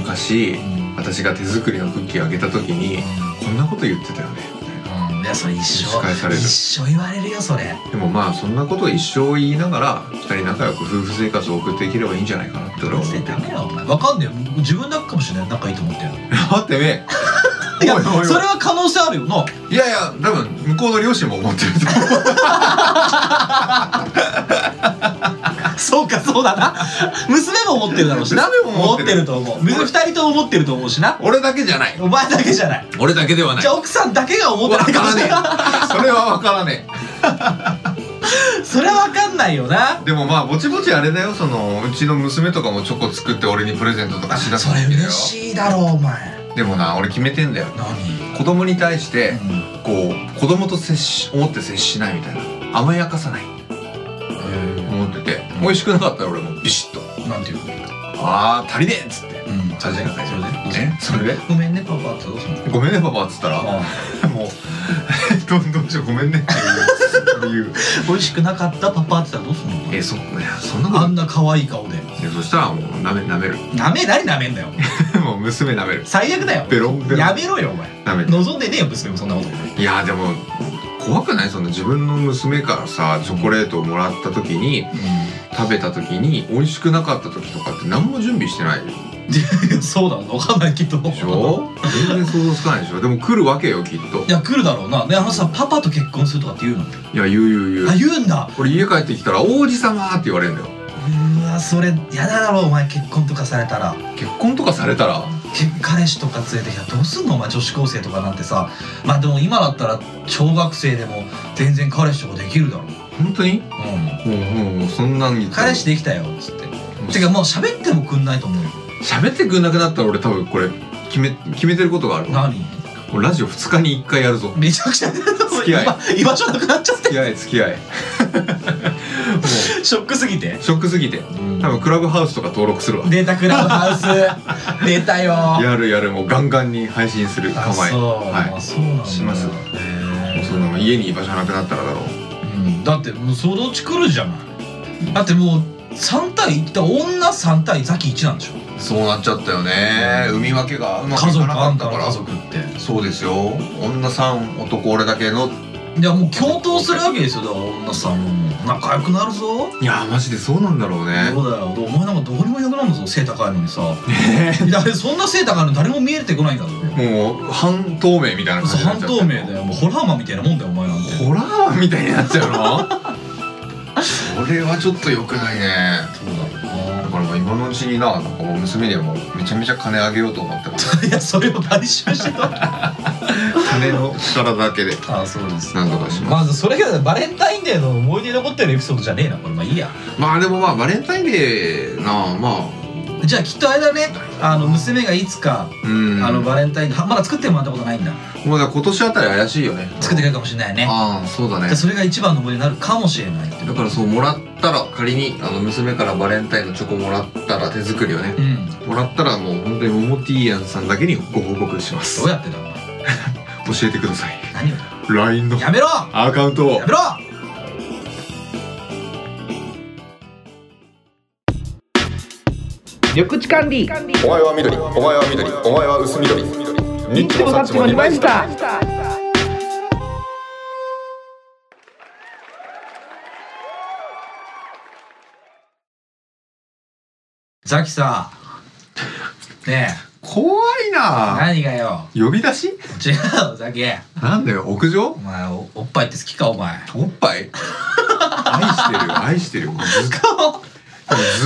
A: 昔
B: んうん
A: 私が手作りのクッキーあげた時にこんなこと言ってたよねみたいな
B: うんいやそれ一
A: 蒸し返さ
B: 生
A: れる
B: 一生言われるよそれ
A: でもまあそんなことを一生言いながら二人仲良く夫婦生活を送っていければいいんじゃないかなって俺は思って
B: 絶
A: る
B: 対ダメだお前わかんねえ自分だけかもしれない仲いいと思ってる
A: 待ってねお
B: い
A: い
B: や
A: おいおい
B: それは可能性あるよない
A: やいや多分向こうの両親も思ってると思う
B: そうかそうだな娘も思ってるだろうしな
A: 娘も思ってる
B: ると思う娘二人とも思ってると思うしな
A: 俺だけじゃない
B: お前だけじゃない
A: 俺だけではない
B: じゃあ奥さんだけが思って
A: わ
B: ない
A: か
B: かも
A: ら
B: し
A: ね
B: れな
A: えそれは分からね
B: いそれは分かんないよな
A: えでもまあぼちぼちあれだよそのうちの娘とかもチョコ作って俺にプレゼントとかしだす
B: そ
A: わ
B: れ
A: けだ
B: 嬉
A: よ
B: しいだろうお前
A: でもな俺決めてんだよ
B: 何
A: 子供に対してこう子供と接し思って接しないみたいな甘やかさない思ってて美味しくなかったら俺もビシッと
B: なんていう
A: あー足りねえっつって
B: うん
A: それで
B: それで
A: えそれで
B: ごめんねパパってどうすんの
A: ごめんねパパっつったらもう どんどんしようごめんねっていう
B: 美味しくなかったパパって言ったらどうすんの
A: えそいやそんなこ
B: あ
A: と
B: んな可愛い顔で
A: いやそしたらもうなめなめる
B: なめ何なめんだよ
A: もう娘なめる
B: 最悪だよ
A: ベロンベロン
B: やめろよお前
A: なめる
B: 望んでねえよ娘もそんなこと
A: いやでも怖くないその自分の娘からさチョコレートをもらった時に食べた時に美味しくなかった時とかって何も準備してないで
B: うん そうだ分かんないけど
A: しょ全然想像つかないでしょでも来るわけよきっと
B: いや来るだろうなねあのさパパと結婚するとかって言うの
A: いや言う言う
B: あ
A: 言う
B: 言うんだ
A: 俺家帰ってきたら「王子様」って言われるんだよ
B: うわそれやだだろお前結婚とかされたら
A: 結婚とかされたら
B: け彼氏とか連れてきたらどうすんのお前女子高生とかなんてさまあでも今だったら小学生でも全然彼氏とかできるだろう、
A: 本当に
B: ん、
A: もうもうもうそんなん言ったら
B: 彼氏できたよっつっててかもう喋ってもくんないと思うよ
A: 喋ってくんなくなったら俺多分これ決め決めてることがあるわ
B: 何
A: もうラジオ2日に1回やるぞ
B: めちゃくちゃ付
A: き合い
B: 居場所なくなっちゃって
A: 付き合え付き合えもう
B: ショックすぎて
A: ショックすぎて多分クラブハウスとか登録するわ
B: 出たクラブハウス出たよ
A: やるやるもうガンガンに配信する構
B: あ
A: え
B: そう、
A: は
B: あそうなんだ
A: いします
B: へ
A: もうそんなもん家に居場所なくなったらだろう
B: うんだってもうそのうち来るじゃないだってもう3対1だから女3対ザキ1なんでしょ
E: そうなっちゃったよね海分けがうまく
B: 家
E: い
B: 族
E: かなか
B: あん
E: った
B: た
E: から
B: 家族って
E: そうですよ女さん男俺だけの
B: いやもう共闘するわけですよだから女さんも仲良くなるぞ
A: いやーマジでそうなんだろうね
B: そうだよお前なんかどこにもいなくなるぞ背高いのにさいやそんな背高いの誰も見えてこないんだぞ
A: もう半透明みたいな感じになっ
B: 半
A: ちゃっ
B: 透
A: て
B: 明だよもうホラーマンみたいなもんだよお前なんて
A: ホラーマンみたいになっちゃうの
E: それはちょっと良くないね
B: そうだろう
A: だからもう今のうちにななんかもう娘にはもうめちゃめちゃ金あげようと思ってます
B: ないやそれを買収してた
A: 金の力だけで
B: あそうです
A: なんとかします
B: まずそれがバレンタインデーの思い出に残ってるエピソードじゃねえなこれまあいいや
A: まあでもまあバレンタインデーなあまあ
B: じゃあきっとあれだねあの娘がいつか、
A: うん
B: あのバレンタインはまだ作ってもらったことないんだ
A: もうだから今年あたり怪しいよね
B: 作ってくれるかもしれないね
A: ああそうだね
B: じゃあそれが一番の思い出になるかもしれないって
A: だからそうもらったら仮にあの娘からバレンタインのチョコもらったら手作りをね
B: うん
A: もらったらもう本当にモモティーヤンさんだけにご報告します
B: どうやってだお前
A: 教えてください
B: 何を
A: LINE の
B: やめろ
A: アカウントを
B: やめろ
F: 緑地管理
C: お前は緑お前は緑お前は薄緑
F: ニッチもサッチも二枚舌
B: ザキさねえ
A: 怖いなあ
B: 何がよ
A: 呼び出し
B: 違うよザキ
A: なんだよ屋上
B: お前おおっぱいって好きかお 前
A: おっぱい愛してるよ愛してるよもうずっと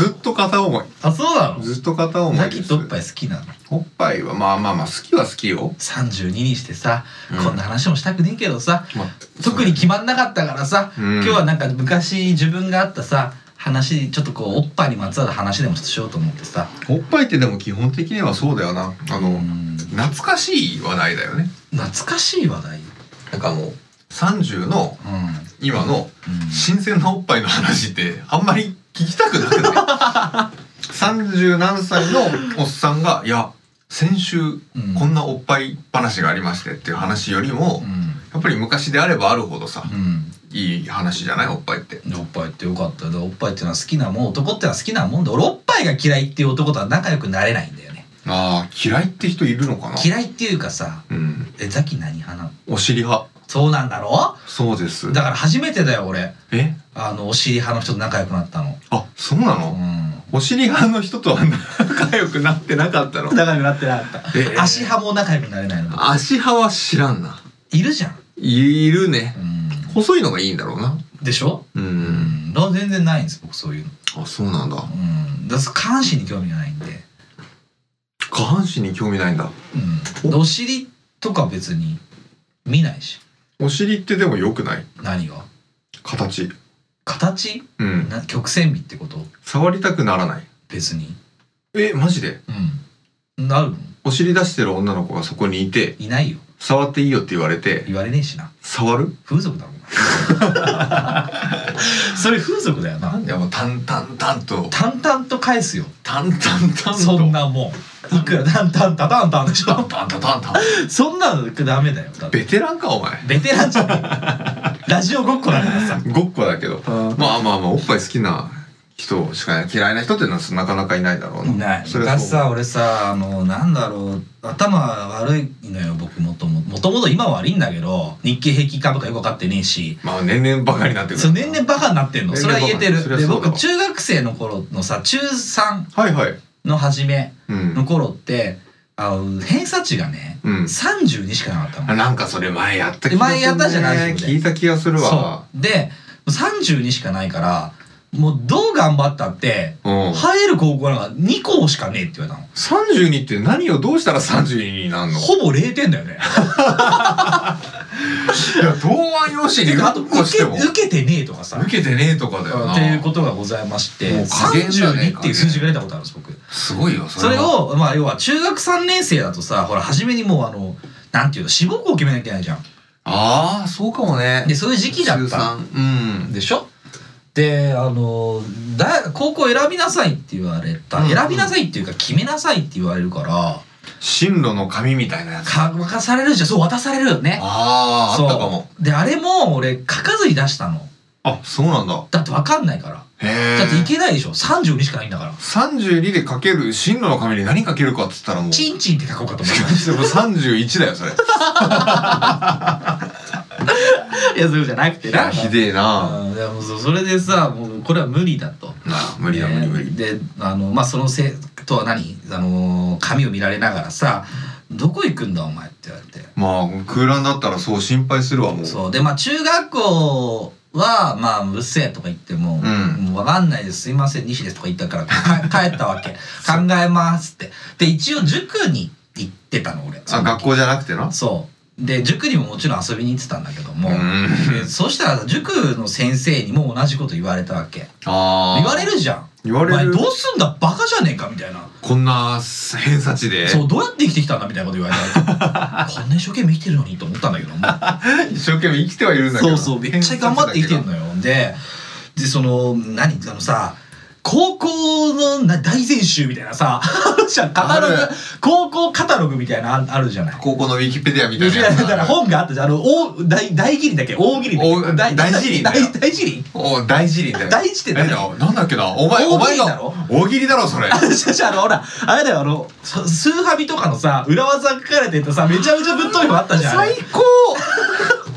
A: ずっと片思い
B: あそうなの
A: ずっと片思い
B: ザ
A: で
B: キっ
A: す
B: ておっぱい好きなの
A: おっぱいはまあまあまあ好きは好きよ
B: 32にしてさ、
A: うん
B: こんな話もしたくねえけどさ
A: まあ
B: 特に決まんなかったからさ、
A: うん
B: 今日はなんか昔自分があったさ話ちょっとこうおっぱいにまつわる話でもちょっとしようと思ってさ、
A: おっぱいってでも基本的にはそうだよなあの
B: うん
A: 懐かしい話題だよね
B: 懐かしい話題、うん
A: なんかもう30の今の新鮮なおっぱいの話ってあんまり聞きたくなくない 30何歳のおっさんが「いや先週
B: うん
A: こんなおっぱい話がありまして」っていう話より
B: う
A: も
B: ん
A: やっぱり昔であればあるほどさ
B: うん
A: いい話じゃないおっぱいって。
B: でおっぱいってよかったよでおっぱいっていうのは好きなもん男ってのは好きなもんで俺おっぱいが嫌いっていう男とは仲良くなれないんだよね
A: ああ嫌いって人いるのかな
B: 嫌いっていうかさ
A: うん
B: えザキ何派なの
A: お尻派
B: そうなんだろ
A: そうです
B: だから初めてだよ俺
A: え
B: あのお尻派の人と仲良くなったの
A: あそうな
B: う
A: の
B: ん
A: お尻派の人とは仲良くなってなかったの
B: 仲良くなってなかった
A: えー
B: 足派も仲良くなれないの
A: 足派は知らんない
B: るじゃん、
A: いるね
B: うん、
A: 細いのがいいんだろうな
B: でしょ
A: う
B: うんんだから全然ないんです僕そういうの
A: あそうなんだ
B: うんだから下半身に興味がないんで
A: 下半身に興味ないんだ
B: うんでお尻とか別に見ないし
A: お尻ってでも良くない
B: 何が
A: 形
B: 形
A: うん
B: な曲線美ってこと
A: 触りたくならない
B: 別に
A: えマジで
B: うんなるの
A: お尻出してる女の子がそこにいて
B: いないよ
A: 触っていいよって言われて
B: 言われねえしな
A: 触る
B: 風俗だもん それ風俗だよない
A: やもう淡々淡々と
B: 淡々と返すよ
A: 淡々淡々と
B: そんなもんいくら淡々淡々淡々でしょ
A: 淡々淡々
B: そんなのダメだよだって
A: ベテランかお前
B: ベテラ ンじゃねえラジオごっこだからさ
A: ごっこだけどまあまあまあおっぱい好きな人しか嫌いな人っていうのはなかなかいないだろうな
B: ない
A: それは
B: 昔
A: そう
B: さ俺さあのなんだろう頭悪いのよ僕もとももともと今は悪いんだけど日経平均株価よく分かってねえし
A: まあ年々バカになってく
B: そう
A: る
B: 年々バカになってんの
A: 年
B: それ
A: 々
B: は言えて
A: バカそ
B: るで
A: りゃそうだわ
B: 僕中学生の頃のさ中3
A: はいはい
B: の初め
A: うん
B: の頃ってあの偏差値がね
A: うん
B: 32しかなかったの
A: あなんかそれ前やった気がする、ね、
B: 前やったじゃない
A: 聞いた気がするわ
B: そうで32しかないからもうどう頑張ったって
A: う、ん、
B: 入る高校なんか2校しかねえって言われたの
A: 32って何をどうしたら32になるの
B: ほぼ0点だよ
A: い
B: ね。
A: や答案用紙
B: て
A: に
B: か
A: う
B: あと
A: っ
B: 受
A: こして
B: け
A: も
B: 受けてねえとかさ。
A: 受けてねえとかだよな
B: っていうことがございまして、
A: もう加減だね
B: 32っていう数字が出たことあるんです僕
A: すごいよそ
B: そ
A: れ
B: れ
A: は
B: をまあ要は中学3年生だとさほら初めにもうあのなんていうの志望校決めなきゃいけないじゃん
A: ああそうかもね
B: でそういう時期だった
A: 13うん
B: でしょであのだ高校選びなさいって言われた、
A: うん
B: 選びなさいっていうか決めなさいって言われるから
A: 進路の紙みたいなやつ
B: か任されるじゃんそう渡されるよね
A: ああ
B: そ
A: あっ
B: う
A: たかも
B: であれも俺書かずに出したの
A: あそうなんだ
B: だって分かんないから
A: へえ
B: だっていけないでしょ32しかないんだから
A: 32で書ける進路の紙に何書けるかっつったらもう
B: チンチンって書こうかと思っ
A: でも31だよそれい
B: た いやそうじゃなくて
A: やひでえな
B: うんいやもうそそれでさもうこれは無理だと
A: なあ無理だ無理無理
B: であのまあその生徒は何あの髪を見られながらさ「どこ行くんだお前」って言われて
A: まあ空欄だったらそう心配するわもう
B: そうでまあ中学校は「まあうっせえ」とか言っても「
A: うん
B: もう分かんないですすいません西です」とか言ったからか帰ったわ け考えますってで一応塾に行ってたの俺
A: あ学校じゃなくてな
B: そうで塾にももちろん遊びに行ってたんだけども、
A: うん
B: でそしたら塾の先生にも同じこと言われたわけ
A: ああ
B: 言われるじゃん
A: 言わ
B: お前
A: れる
B: どうすんだバカじゃねえかみたいな
A: こんな偏差値で
B: そうどうやって生きてきたんだみたいなこと言われたわけこんな一生懸命生きてるのにと思ったんだけども
A: 一生懸命生きてはいるんだけ
B: そ
A: ど
B: うそうめっちゃ頑張って生きてる
A: の
B: のよででその何あのさ高校のな大全集みたいなさあるじゃんカタログ
A: ある
B: 高校カタログみたいなのああるじゃない
A: 高校のウィキペディアみたい
B: み
A: な
B: たい
A: や
B: な
A: つ
B: だから本があったじゃんあの大大大義理だっけ大義理だっけ
A: お大辞林だよ
B: 大大辞林
A: お大辞林だよ
B: 大辞って
A: え
B: 何
A: なんだっけなお前
B: 大
A: お
B: 喜
A: 前
B: 利だろ
A: が大喜利だろそれ
B: あの、じゃあ、あの、ほら、あれだよ、あの、そスーハビとかのさ、裏技書かれてたさ、めちゃめちゃぶっ飛びもあったじゃん。あれ
A: 高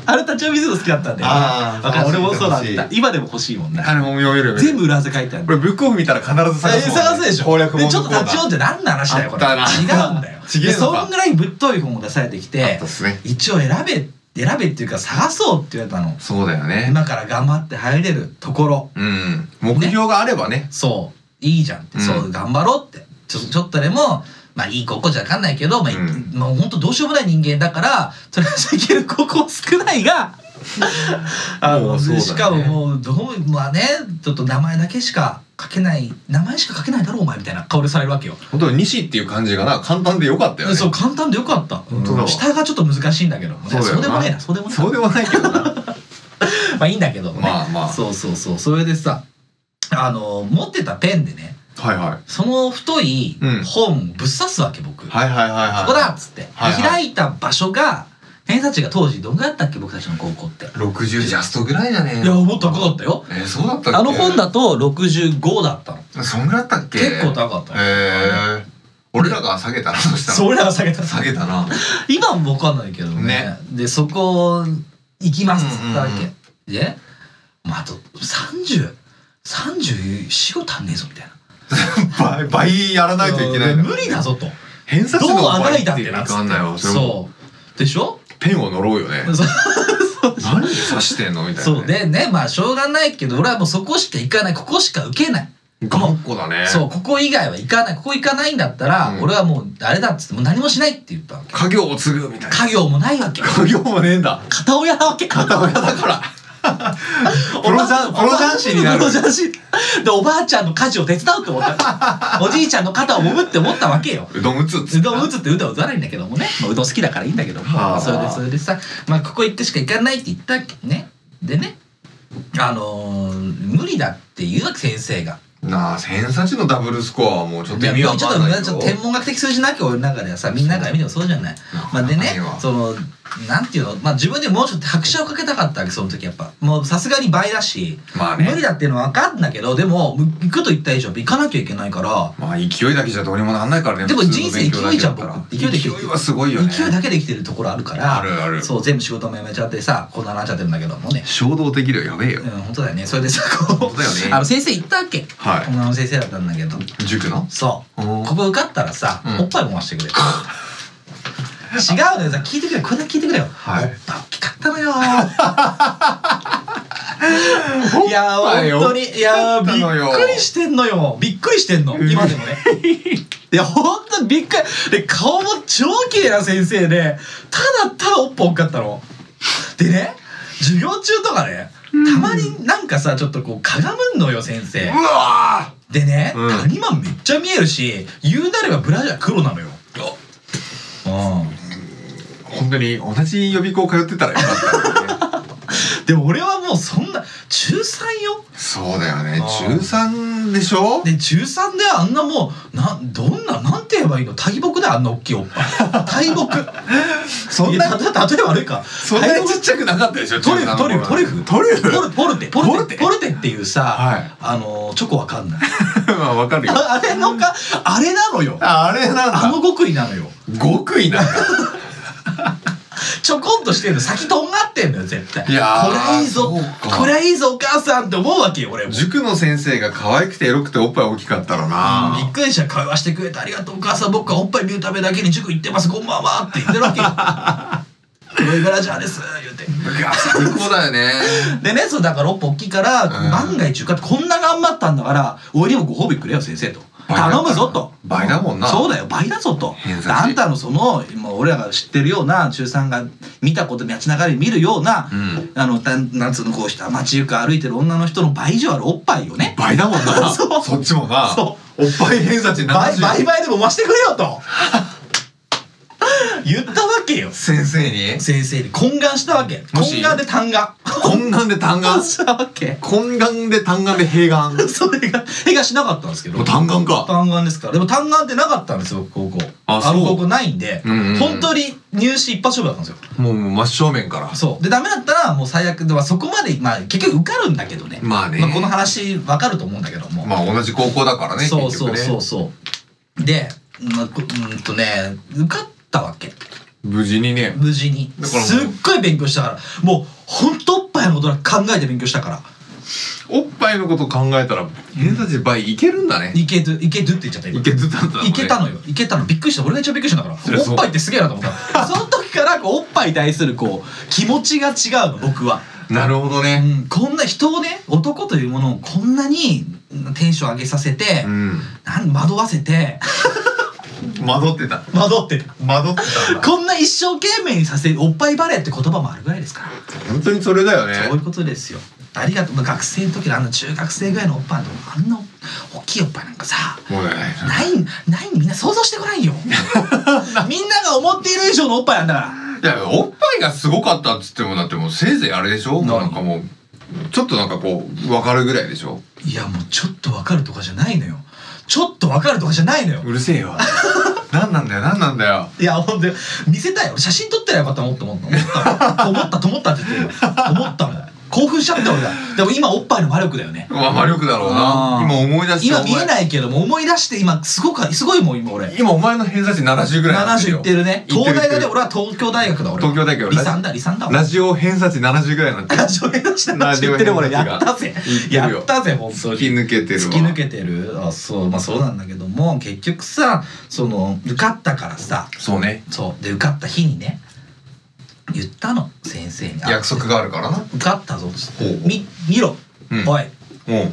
B: あれ立ち読みするの好きだったんだよ。
A: あー
B: わかる
A: 欲し
B: 俺
A: い
B: もそうだった
A: 欲。
B: 今でも欲しいもんな。
A: あれも読める
B: 全部裏技書いてある。
A: これブックオフ見たら必ず探
B: え
A: すもんね
B: 探すでしょ
A: 攻略本
B: で
A: の
B: ちょっと
A: コーナー
B: 立ち読んじゃ何の話だよこれ
A: あったな
B: 違うんだよ
A: ちげえ
B: で
A: のか
B: そんぐらいぶっ飛び本を出されてき
A: あってたっすね
B: 一応選べ選べっていうか探そうって言われたの
A: そうだよね
B: 今から頑張って入れるところ
A: うん目標があればね
B: そういいじゃんって、
A: うん
B: そう頑張ろうってちょちょっとでもまあいい高校じゃ分かんないけど、まあい
A: うん
B: まあ本当どうしようもない人間だからとりあえず行ける高校少ないが あ
A: も
B: の、
A: うそうだね
B: しかももうどうまあねちょっと名前だけしか書けない名前しか書けないだろうお前みたいな顔でされるわけよ。
A: 本当に西っていう感じがな簡単でよかったよね
B: そう簡単でよかった、
A: 当だわ
B: 下がちょっと難しいんだけどもね
A: そうだよ
B: そう
A: な
B: でもねえなそうでもねえ
A: そうでもないけどな
B: なまあいいんだけどもね、
A: まあまあ
B: そうそうそうそれでさあの持ってたペンでね
A: はいはい
B: その太い
A: うん
B: 本をぶっ刺すわけ僕、こ
A: はいはいはいはい
B: こだっつって、
A: はいはい
B: 開いた場所が偏差値が当時どんぐらいだったっけ僕たちの高校って
A: 60ジャストぐらいじゃねえ
B: いやもっと高かったよ
A: えーそうだったっけ
B: あの本だと65だったの
A: そんぐらいだったっけ
B: 結構高かったの、
A: へえ俺らが下げたらそしたら
B: それらが下げた
A: 下げたな
B: 今は分かんないけどね
A: ね
B: でそこ行きますっつったわけ、
A: うんうん
B: で、まあ、あと3034足んねえぞみたいな
A: 倍倍やらないといけない
B: うん無理だぞと
A: 偏差値
B: どう
A: の
B: あがいたってな
A: な
B: っつ
A: かんない
B: っ
A: わ
B: て
A: それも
B: そうでしょ
A: ペンを乗ろうよね
B: そう
A: 何で刺してんのみたいな
B: そうでねまあしょうがないけど俺はもうそこしか行かないここしか受けない、
A: 頑固だね
B: そうここ以外は行かないここ行かないんだったら、
A: うん
B: 俺はもうあれだっつってもう何もしないって言ったわけ
A: 家業を継ぐみたいな
B: 家業もないわけ
A: 家業もねえんだ
B: 片親なわけ
A: 片親だからプロジャンプロジャンシーになる
B: プロ雀士でおばあちゃんの家事を手伝うって思ったおじいちゃんの肩を揉むって思ったわけよ
A: うどん打つっつ
B: う
A: った
B: どん打つってうどん打たないんだけどもね、まあ、うどん好きだからいいんだけども、
A: はあ
B: それでそれでさ、まあ、ここ行ってしか行かないって言ったっけねでねあのー無理だって言うわけ先生が
A: なあ偏差値のダブルスコアはもうちょっと意味
B: ちょ
A: わ
B: っと
A: かんない
B: ちょっ
A: よ
B: と天文学的数字なきゃ俺の中ではさみんなから見てもそうじゃないまあでね
A: ないわ
B: そのなんていうのまあ自分でもうちょっと拍車をかけたかったわけその時やっぱもうさすがに倍だし
A: まあ
B: 無理
A: ね
B: だっていうのは分かんだけどでもむ行くと言った以上行かなきゃいけないから
A: まあ勢いだけじゃどうにもなんないからね
B: でも
A: 普通の
B: 人生
A: 勉強だ
B: 勢
A: け
B: いじゃ
A: だ
B: ん
A: ったら
B: 僕勢いで来てる
A: 勢いはすごいよね
B: 勢いだけできてるところあるから
A: あるある
B: そう全部仕事も辞めちゃってさこんなになっちゃってるんだけどもね
A: 衝動的でやべえよ
B: うん本当だよねそれでさこ
A: 本
B: う
A: 当だよね
B: あの先生行ったっけ
A: はい
B: 女の先生だったんだけど
A: 塾の
B: そう
A: おー
B: ここ受かったらさ、
A: うん
B: おっぱいもましてくれる違うのよさ聞いてくれこれだけ聞いてくれよ、
A: はい
B: おっぱい大きかった のよいやー本当にいやー
A: 大
B: び
A: きかったのよ
B: っくりしてんのよびっくりしてんの今でもねいや本当にびっくりで顔も超綺麗な先生でただただおっぱい大きかったのでね授業中とかねたまになんかさちょっとこうかがむのよ先生
A: うわ
B: でね、
A: うん
B: 谷間めっちゃ見えるし言うなればブラジャー黒なのよ。うん、
A: ー本当に同じ予備校通ってたらよかったのにね
B: でも俺はもうそんな中3よ
A: そうだよね13でしょ
B: で中3であんなもうなどんななんて言えばいいの大木だよあんな大きいおっぱい 大木そんな例え悪いか
A: そんなにちっちゃくなかったでしょ
B: トリュフトリュフトリュフ
A: トリュフ
B: ポルポルテポルテ
A: ポ
B: ポルテっていうさ、
A: はい
B: あのチョコわかんない
A: まあわかるよ
B: ああれのかあれなのよ
A: ああれなん
B: あ
A: だ
B: の極意なのよ
A: 極意 なんだ
B: ちょこんとしてるの先とんがってんのよ絶対
A: いやー
B: これいいぞ
A: そうか
B: これいいぞお母さんって思うわけよ俺もび
A: 塾の先生が可愛くてエロくておっぱい大きかったらな
B: っくりした会話してくれてありがとうお母さん僕はおっぱい見るためだけに塾行ってますこんばんはって言ってるわけよ これからじゃあです言うて
A: いや最高だよね
B: でねそうだからおっぱ大きいから
A: ん
B: 万が一受かってこんな頑張ったんだから俺にもご褒美くれよ先生と
A: 倍だ
B: 頼むぞと
A: 倍だもんな
B: そうだよ倍だぞと
A: 偏差値
B: であんたのそのもう俺らが知ってるような中3が見たこと街中で見るような、
A: うん
B: あのたなんつうのこうした街行く歩いてる女の人の倍以上あるおっぱいよね
A: 倍だもんな
B: そう
A: そっちもな
B: そ
A: おっぱい偏差値
B: 倍倍
A: 70
B: 倍でも増してくれよと 言ったわけよ
A: 先生に
B: 先生に懇願したわけ
A: もし
B: 懇願で嘆願
A: 懇願で単眼
B: したわけ
A: 懇願で単眼で併願
B: それが弊害しなかったんですけど
A: もう単眼か
B: 単眼ですからでも単眼ってなかったんですよ高校
A: あそう
B: の高校ないんで、
A: うんうんうん
B: 本当に入試一発勝負だったんですよ
A: もうもう真正面から
B: そうでダメだったらもう最悪ではそこまで、まあ、結局受かるんだけどね,、
A: まあね
B: この話わかると思うんだけども、
A: まあ同じ高校だからね
B: そうそう
A: 結
B: そ
A: 局
B: う
A: ね
B: そうで、まあ、こうんとね受かったわけ
A: 無事にね
B: 無事に
A: だからもう
B: すっごい勉強したからもうほんとおっぱいのことなんか考えて勉強したから
A: おっぱいのこと考えたら偏差値倍いけるんだね
B: いけずいけずって言っちゃった今
A: いけずだったもんね
B: いけたのよいけたのびっくりした俺が一番びっくりしたんだか
A: そり
B: ら
A: ゃそう
B: おっぱいってすげえなと思ったその時からこうおっぱいに対するこう気持ちが違うの僕は、
A: なるほど
B: う
A: ね
B: ん、こんな人をね男というものをこんなにテンション上げさせて、
A: うん
B: なん惑わせて
G: 惑ってた
B: 惑っ
G: 惑
B: て
G: ってたんだ
B: こんな一生懸命にさせるおっぱいバレーって言葉もあるぐらいですから
A: 本当にそれだよね
B: そういうことですよありがとうまあ学生の時のあの中学生ぐらいのおっぱいのあんな大きいおっぱいなんかさ
A: もうね
B: ないないみんな想像してこ ないよみんなが思っている以上のおっぱいなんだから
A: いやおっぱいがすごかったっつってもだってもうせいぜいあれでしょもうなんかもうちょっとなんかこう分かるぐらいでしょ
B: いやもうちょっとわかるとかじゃないのよちょっとわかるとかじゃないのよ
A: うるせえよ何なんだよ何なんだよ
B: いやほんで見せたい俺写真撮ったらよかったもっと思った思った思ったと思ったって言ってるよ思ったもん興奮しちゃった俺がでも今おっぱいの魔力だよね
A: まあ魔力だろうな
B: あー
A: 今思い出して
B: 今見え
A: い
B: ないけども思い出して今すごくすごいもん今俺
A: 今お前の偏差値70ぐらいなんだ
B: 70
A: よ
B: いってるね
A: 行ってる
B: 東大だね
A: 行ってる
B: 俺は東京大学だ俺は
A: 東京大学
B: 離散だ離散だ俺
A: ラジオ偏差値70ぐらいになってる
B: ラジオ偏差値70言ってる俺やったぜ
A: 言って
B: や
A: るよ
B: ったぜ本当
A: 突
B: に
A: き抜けてるわ
B: 突き抜けてるあそうまあそうなんだけども結局さその受かったからさ
A: そうね
B: そうで受かった日にね言ったの先生にあ
A: 約束があるからな
B: 受かったぞっつって
A: ほう
B: み見ろ、
A: うん
B: おい
A: も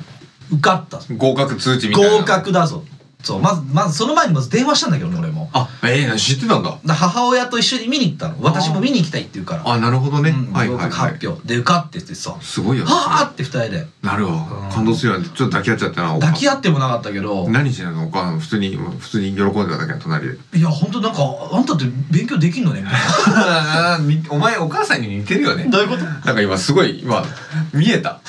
B: 受かったぞ
A: う合格通知みたいな
B: 合格だぞそうまずまずその前にまず電話したんだけどね俺も
A: あええ知ってたんだ
B: で母親と一緒に見に行ったの私も見に行きたいって言うから
A: あなるほどね、
B: うん
A: はい
B: 合
A: はい
B: 格
A: はい
B: 発表で受かってってさ
A: すごいよね
B: はあって二人で
A: なる
B: う
A: わ
B: ん
A: 感動するよねちょっと抱き合っちゃったなお母さん
B: 抱き合ってもなかったけど
A: 何してんのお母さん普通に普通に喜んでただけの隣で
B: いや本当なんかあんたって勉強できんのねみたいな
A: お前お母さんに似てるよね
B: どういうこと
A: なんか今すごい今見えた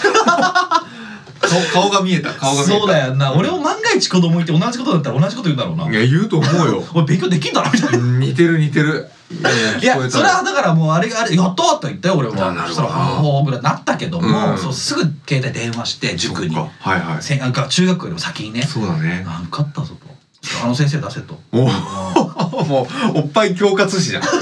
A: 顔顔が見えた顔が見えた
B: そうだよな俺も万が一子供いて同じことだったら同じこと言うんだろうない
A: や言うと思うよ
B: 俺勉強できんだなみたいな
A: 似てる似てるいや
B: いやそれはだからもうあれあれやったーって言ったよ俺
A: あな
B: は
A: る
B: そし
A: ほ
B: た
A: ど
B: らほうぐらいになったけども、
A: うん
B: そうすぐ携帯電話して塾に
A: そっかはいはい
B: せんなんか中学よりも先にね
A: そうだね
B: あ受かったぞとあの先生出せと
A: おもうお っぱい恐喝師じゃん
B: そう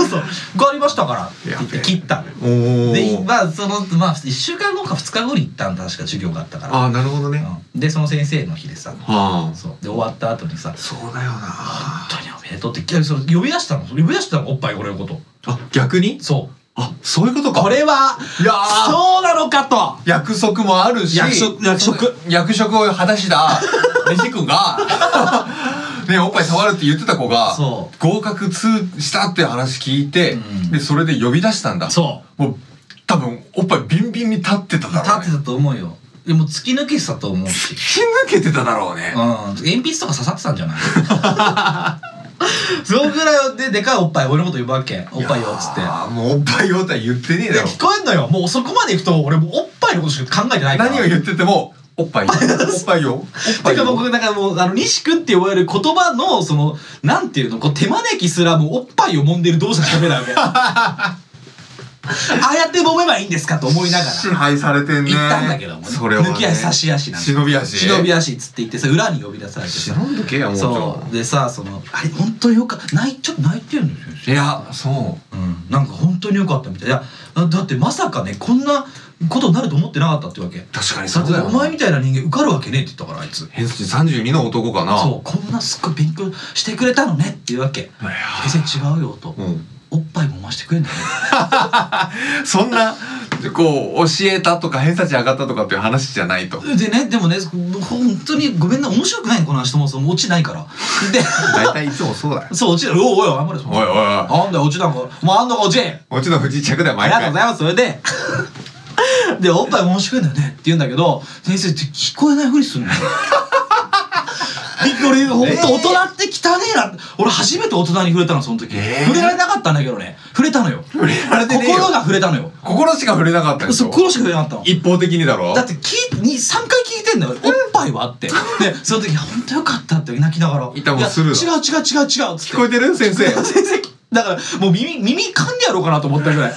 B: 受かりましたからって言って
A: やべえ
B: 切ったの
A: おお
B: でまあそのまあ1週間後か2日後に行ったんだ確か授業があったから
A: ああなるほどね
B: うんでその先生の日でさ
A: はあ
B: そうで終わった後にさ
A: そうだよな
B: 本当におめでとうっていやその呼び出したの呼び出したのおっぱい俺のこと
A: あ逆に
B: そう
A: あそういうことか
B: これはい
A: やー
B: そうなのかと
A: 約束もあるし
B: 約束約束
A: 役職を果た した飯君がねおっぱい触るって言ってた子が
B: そ
A: 合格通知したって話聞いて、
B: うん
A: でそれで呼び出したんだ
B: そう
A: もう多分おっぱいビンビンに立ってただろうね
B: 立ってたと思うよでも突き抜けてたと思う
A: 突き
B: し
A: 抜けてただろうね
B: うん鉛筆とか刺さってたんじゃない そのぐらいででかいおっぱい俺のこと呼ぶわけおっぱいよっつって
A: ああもうおっぱいよって言ってねえだ
B: で
A: ろ
B: 聞こえんのよもうそこまで行くと俺もうおっぱないことしか考えてないから。
A: 何を言っててもおっぱい よおっぱいよおってぱい
B: か
A: よ
B: 僕なんかもうあの西君って呼ばれる言葉のそのなんていうのこう手招きすらもうおっぱいを揉んでる動作しか見 えないわけああやって揉めばいいんですかと思いながら
A: 支配されてんね
B: 行ったんだけどもね
A: それは、ね、
B: 抜き足差し足なんだ
A: 忍び足
B: 忍び
A: 足
B: 足っつって言ってさ裏に呼び出されてさ
A: 忍んどけやもうちょ
B: そうでさそのあれ本当によかった泣いちょっと泣いてるんですよ
A: いやそ
B: うん、なんか本当に良かったみたいいやだだってまさかねこんなことになると思ってなかったってわけ
A: う確かに
B: だ
A: そ
B: っ
A: う
B: て
A: だよ
B: お前みたいな人間受かるわけねえって言ったからあいつ
A: 偏差値32の男かな
B: そうこんなすっごい勉強してくれたのねっていうわけ
A: いや
B: 全然違うよと、
A: うん
B: おっぱいも増してくれんだよ
A: そんなこう教えたとか偏差値上がったとかっていう話じゃないと
B: ねでねでもね本当にごめんな面白くないのこの話ともそも落ちないからで
A: 大体いつもそうだよ
B: そう落ちないおいおい謝れそんな
A: おいおいおい
B: なんだよ落ちなんかもうあんのか落ち
A: もちろん不時着だよ
B: あ
A: 毎
B: りがと
A: 回
B: うございますそれで でおっぱい申し込んだよねって言うんだけど先生って聞こえないふりすんのよびっくりほんと大人って汚ねえな俺初めて大人に触れたのその時、
A: えー
B: 触れられなかったんだけどね触れたのよ
A: 触れられてねえよ
B: 心が触れたのよ
A: 心しか触れなかったんでし
B: そう
A: ょ
B: 心しか触れなかったの
A: 一方的にだろ
B: だって聞いに3回聞いてんだよおっぱいはってでその時「いや本当よかった」って泣きながら「
A: いたもうするの
B: いや違う違う違う違う」っつって
A: 聞こえてる先生
B: 先生だからもう耳耳噛んでやろうかなと思ったぐらい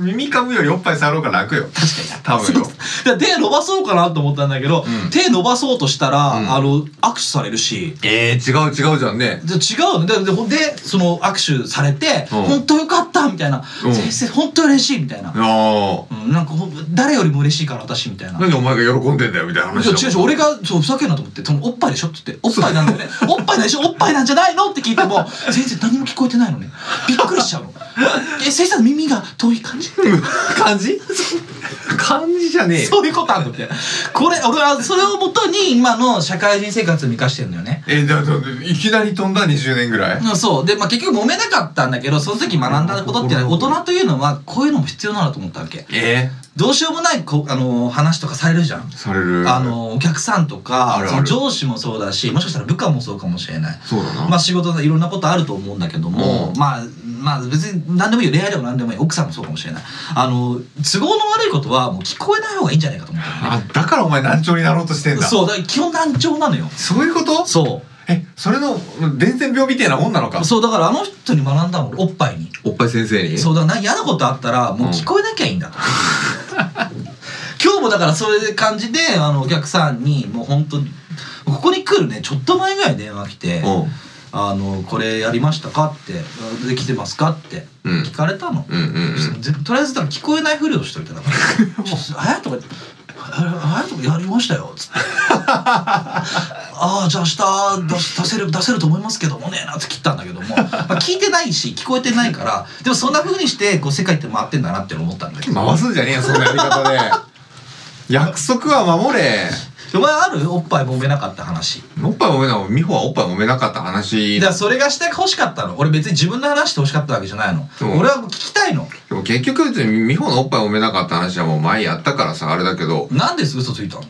A: 耳かむよりおっぱい触ろうが楽よ確かに多分よ
B: で手伸ばそうかなと思ったんだけど、
A: うん
B: 手伸ばそうとしたら、
A: うん
B: あの握手されるし
A: えー、違う違うじゃんね
B: で違うのででほんでその握手されて「
A: うん
B: 本当よかった」みたいな「
A: うん
B: 先生本当嬉しい」みたいな、
A: あ
B: うんなんかほん誰よりも嬉しいから私みたいな。
A: あなんでお前が喜んでんだよみたいない話
B: や
A: だ
B: 違
A: もん
B: う違う俺がそうふざけんなと思って「そのおっぱいでしょ?」って言って「おっぱいなんだ よねおっぱいなんでしょおっぱいなんじゃないの?」って聞いても先生何も聞こえてないのねびっくりしちゃうのえ先生の耳が遠い感じ
A: 漢字漢字じゃねえよ
B: そういうことあんのみたいなこれ俺はそれをもとに今の社会人生活を生かしてるんだよね
A: えー、だだいきなり飛んだ20年ぐらい
B: うんそうで、まあ、結局揉めなかったんだけどその時学んだことっていうのは大人というのはこういうのも必要なんだと思ったわけ
A: え
B: どうしようもないこあの話とかされるじゃん
A: ー、される
B: あのお客さんとか
A: あるある
B: その上司もそうだしもしかしたら部下もそうかもしれない
A: そうだな、
B: まあ仕事でいろんなことあると思うんだけども、
A: うん
B: まあまあ別に何でもいいよ恋愛でも何でもいい奥さんもそうかもしれないあの都合の悪いことはもう聞こえない方がいいんじゃないかと思ったのね
A: あだからお前難聴になろうとしてんだ
B: そうだから基本難聴なのよ
A: そういうこと
B: そ
A: えそれの伝染病みたいなもんなのか
B: うそうだからあの人に学んだのおっぱいに
A: おっぱい先生に
B: そうだな嫌なことあったらもう聞こえなきゃいいんだと、 今日もだからそれで感じであのお客さんにもう本当にここに来るねちょっと前ぐらいに電話来て「
A: うん
B: あのこれやりましたか?」って「できてますか?」って
A: うん
B: 聞かれたの、
A: うんうんうん
B: ぜとりあえずだから聞こえないふりをしといてだから 「ちょっとあやとか」ああやとかやりましたよ」つって「ああじゃあ明日出し出せる出せると思いますけどもね」なんて切ったんだけども、まあ、聞いてないし聞こえてないからでもそんなふうにしてこう世界って回ってんだなって思ったんだけど
A: 回すんじゃねえよそんなやり方 で約束は守れ
B: お前あるおっぱい揉めなかった話
A: おっぱい揉めな美穂はおっぱい揉めなかった話
B: だからそれがしてほしかったの俺別に自分の話してほしかったわけじゃないの
A: うん
B: 俺はもう聞きたいの
A: でも結局別に美穂のおっぱい揉めなかった話はもう前やったからさあれだけど
B: なんで嘘ついたの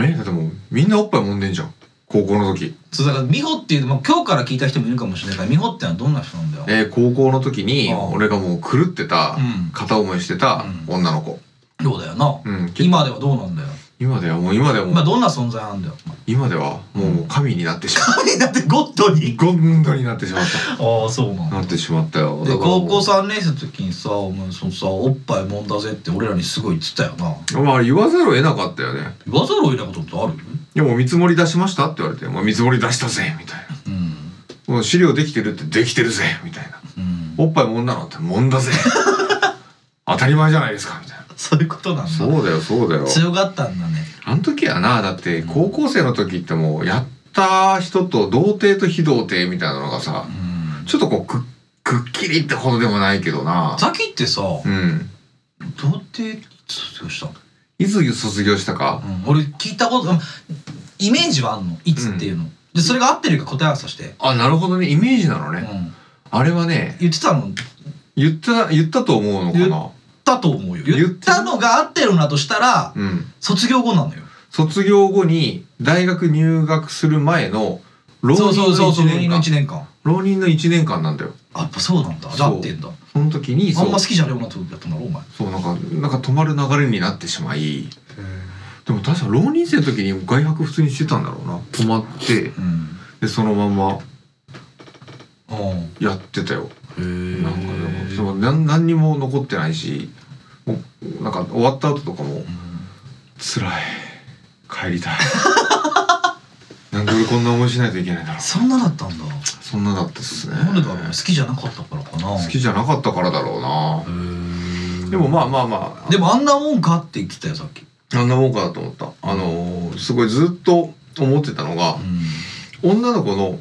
A: えだってもうみんなおっぱい揉んでんじゃん高校の時
B: そうだから美穂っていうのも今日から聞いた人もいるかもしれないから美穂ってのはどんな人なんだよ
A: えー高校の時に
B: うん
A: 俺がもう狂ってた、
B: うん
A: 片思いしてた女の子、
B: そうだよな、
A: うん
B: 今ではどうなんだよ
A: 今ではもう今ではもう、
B: 今どんな存在なんだよ
A: 今ではもう神になってし まっ
B: だってゴッドに
A: たゴンドになってしまっ
B: ああそうなん
A: た
B: だ
A: なってしまったよ
B: で
A: だからも
B: 高
A: う
B: 校3年生の時にさお前そのさおっぱいもんだぜって俺らにすごい言ってたよな
A: まあ言わざるを得なかったよね
B: 言わざるを得ないことってある
A: でも見積もり出しましたって言われて、まあ、見積もり出したぜみたい
B: うん
A: なもう資料できてるってできてるぜみたいな
B: うん
A: おっぱいもんだのってもんだぜ当たり前じゃないですかみたいな
B: そういうことなんだ
A: そうだよそうだよ
B: 強かったんだね
A: あの時はなだって高校生の時ってもうやった人と童貞と非童貞みたいなのがさ
B: うん
A: ちょっとこうくくっきりってほどでもないけどな
B: さっきってさ
A: うん
B: 童貞卒業したの、
A: いつ卒業したか
B: うん、俺聞いたことうんイメージはあんのいつっていうの、でそれが合ってるか答え合わせして、
A: あなるほどねイメージなの
B: う
A: ね、
B: ん、
A: あれはね
B: 言ってたの
A: 言った言ったと思うのかな
B: だと思うよ
A: 言って
B: 言ったのが合ってるんだとしたら
A: うん
B: 卒業後なのよ
A: 卒業後に大学入学する前の浪
B: そう
A: 人
B: そう
A: の
B: そうそ
A: 1
B: う浪人
A: 年間
B: の1年間
A: 浪人の1年間なんだよ
B: あやっぱそうなんだじゃあ合ってんだ
A: その時に
B: あ
A: そ
B: ん
A: う
B: ま好きじゃねえよなとやったんだろお前
A: そうなんかなんか止まる流れになってしまいでも確か浪人生の時に外泊普通にしてたんだろうな止まって
B: うん
A: でそのまま
B: うん
A: やってたよ
B: へえ
A: なんかでもそうなん何にも残ってないしもうなんか終わった後とかも辛い帰りたい なんで俺こんな思いしないといけないんだろう
B: そんなだったんだ
A: そんなだったっすね
B: なんでだろうね好きじゃなかったからかな
A: 好きじゃなかったからだろうな
B: で
A: でもまあまあまあ
B: でもあんなもんかって言ってたよさっき
A: あんなもんかなと思ったあのーすごいずっと思ってたのが
B: うん
A: 女の子の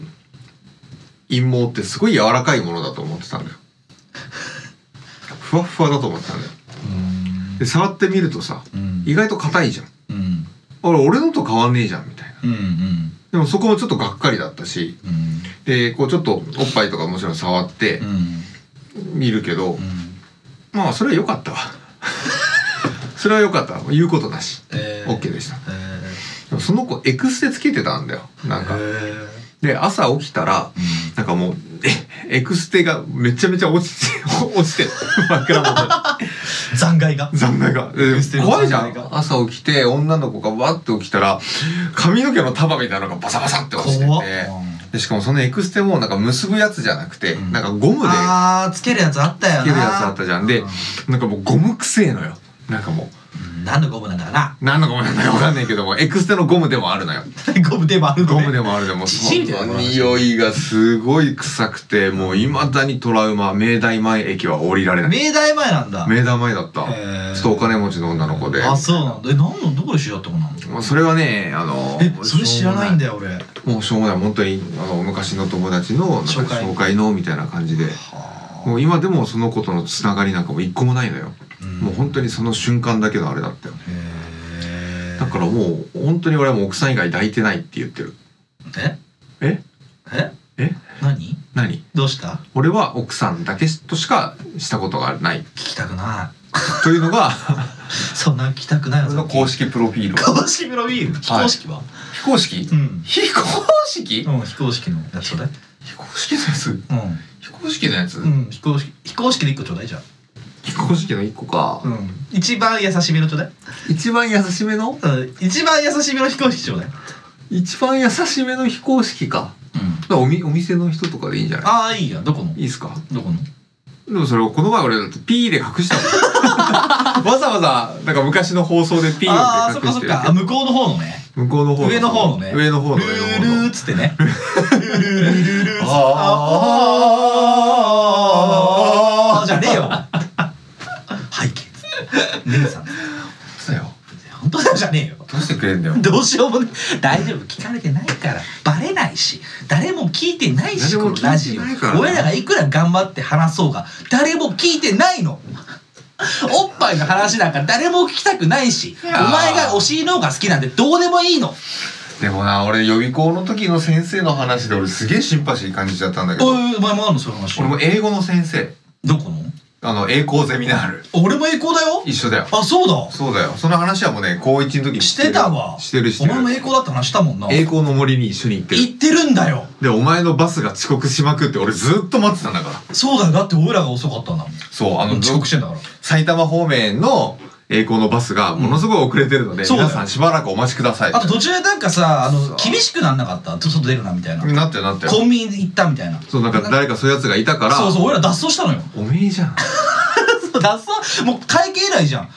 A: 陰謀ってすごい柔らかいものだと思ってたんだよふわっふわだと思ってたんだよで触ってみるとさ
B: うん
A: 意外と硬いじゃん
B: うん
A: あれ俺のと変わんねえじゃんみたいな
B: うんうん
A: でもそこもちょっとがっかりだったし
B: うん
A: でこうちょっとおっぱいとかもちろん触って
B: うん
A: 見るけど、
B: うん
A: まあそれは良かったわ それは良かったわ言うことなし
B: えー
A: OK でした
B: えー
A: でもその子エクステつけてたんだよなんか
B: え
A: で朝起きたらなんかもうえエクステがめちゃめちゃ落ちて 落ちて枕元に
B: ー残骸が
A: 残骸が
B: エクステ
A: で
B: の
A: 怖いじゃ
B: 残骸
A: ん朝起きて女の子がわって起きたら髪の毛の束みたいなのがバサバサって落ちてて
B: 怖っ
A: でしかもそのエクステもなんか結ぶやつじゃなくて、
B: うん
A: なんかゴムで
B: あーつけるやつあったよな
A: つけるやつあったじゃんでなんかもうゴムくせえのよなんかも
B: うん何のゴムなんだかな
A: う何のゴムなんだかわかんないけどもエクステのゴムでもあるのよ
B: ゴムでもあるの
A: ゴ
B: ね
A: ムでもあるでも
B: じじいみたいな
A: その匂いがすごい臭くてもういまだにトラウマ明大前駅は降りられない
B: 明大前なんだ
A: 明大前だった
B: へー
A: ちょっとお金持ちの女の子で
B: あそうなんだえ何のどこで知り合った子なの
A: まあそれはねあの
B: えそれ知らないんだ
A: よ
B: よ俺
A: もうしょうもない本当にあの昔の友達のなんか
B: 紹介
A: 紹介のみたいな感じでもう今でもその子とのつながりなんかも一個もないのよ、もう本当にその瞬間だけのあれだったよ
B: へ
A: だからもう本当に俺はもう奥さん以外抱いてないって言ってる
B: え
A: え
B: え
A: え
B: 何
A: 何
B: どうした
A: 俺は奥さんだけとしかしたことがない
B: 聞きたくな
A: というのが
B: いそんなん聞きたくない
A: 俺の公式プロフィール
B: 公式プロフィール非公式は
A: 非公式
B: うん
A: 非公式
B: うん非公式のやつちょうだい
A: 非公式のやつ非公式のやつ
B: うんうん非公式非公式で一個ちょうだいじゃあ
A: 非公式の一個か
B: うん一番優しめのちょうだい
A: 一番優しめの
B: うん一番優しめの非公式ちょうだい
A: 一番優しめの非公式か
B: うん
A: だからおみお店の人とかでいいんじゃない
B: ああいいやどこの
A: いいっすか
B: どこの
A: でもそれをこの前俺だってピーで隠したもんわざわざなんか昔の放送でピー
B: ああ
A: を
B: ーそっ
A: 隠
B: かそ
A: し
B: ってかあ向こうの方のね
A: 向こうの方
B: 上の方のね
A: 上の方の
B: ル
A: 上の
B: ー
A: 方
B: ルー
A: の
B: っつってねルールールールーっつって
A: あー
B: あーじゃねえよ背景姉さん
A: そうだよ
B: 本当だよじゃねえよ
A: どうしてくれんだよ
B: どうしようもね大丈夫聞かれてないからバレないし誰も聞いてないし
A: 誰
B: こ
A: も
B: のラジ
A: 聞いて
B: オ
A: ないからな
B: 俺らがいくら頑張って話そうが誰も聞いてない のおっぱいの話なんか誰も聞きたくないしお
A: やー
B: 前がお尻の方が好きなんてどうでもいいの
A: でもな俺予備校の時の先生の話で俺すげえシンパシー感じちゃったんだけ
B: お
A: ど
B: いお前もあるのそういう話
A: 俺も英語の先生
B: どこの
A: あの栄光ゼミナール
B: 俺も栄光だよ
A: 一緒だよ
B: あそうだ
A: そうだよその話はもうね高1の時に
B: してたわ
A: してるしてる
B: お前も栄光だって話したもんな
A: 栄
B: 行
A: 光の森に一緒に行ってる
B: ってるんだよ
A: でお前のバスが遅刻しまくって俺ずっと待ってたんだから
B: そうだよだって俺らが遅かったんだもん
A: そうあの
B: 遅刻してんだから
A: 埼玉方面の栄光のバスがものすごい遅れてるので、
B: そうだよ
A: 皆さんしばらくお待ちください
B: あと途中でなんかさあ
A: そ
B: の
A: う
B: 厳しくなんなかったちょっと外出るなみたい
A: な
B: な
A: ってるなってる
B: コンビニ行ったみたいな
A: そうなんか誰かそういうやつがいたから
B: そうそう俺ら脱走した のよ
A: おめえじゃん
B: 脱走もう会計以来じゃん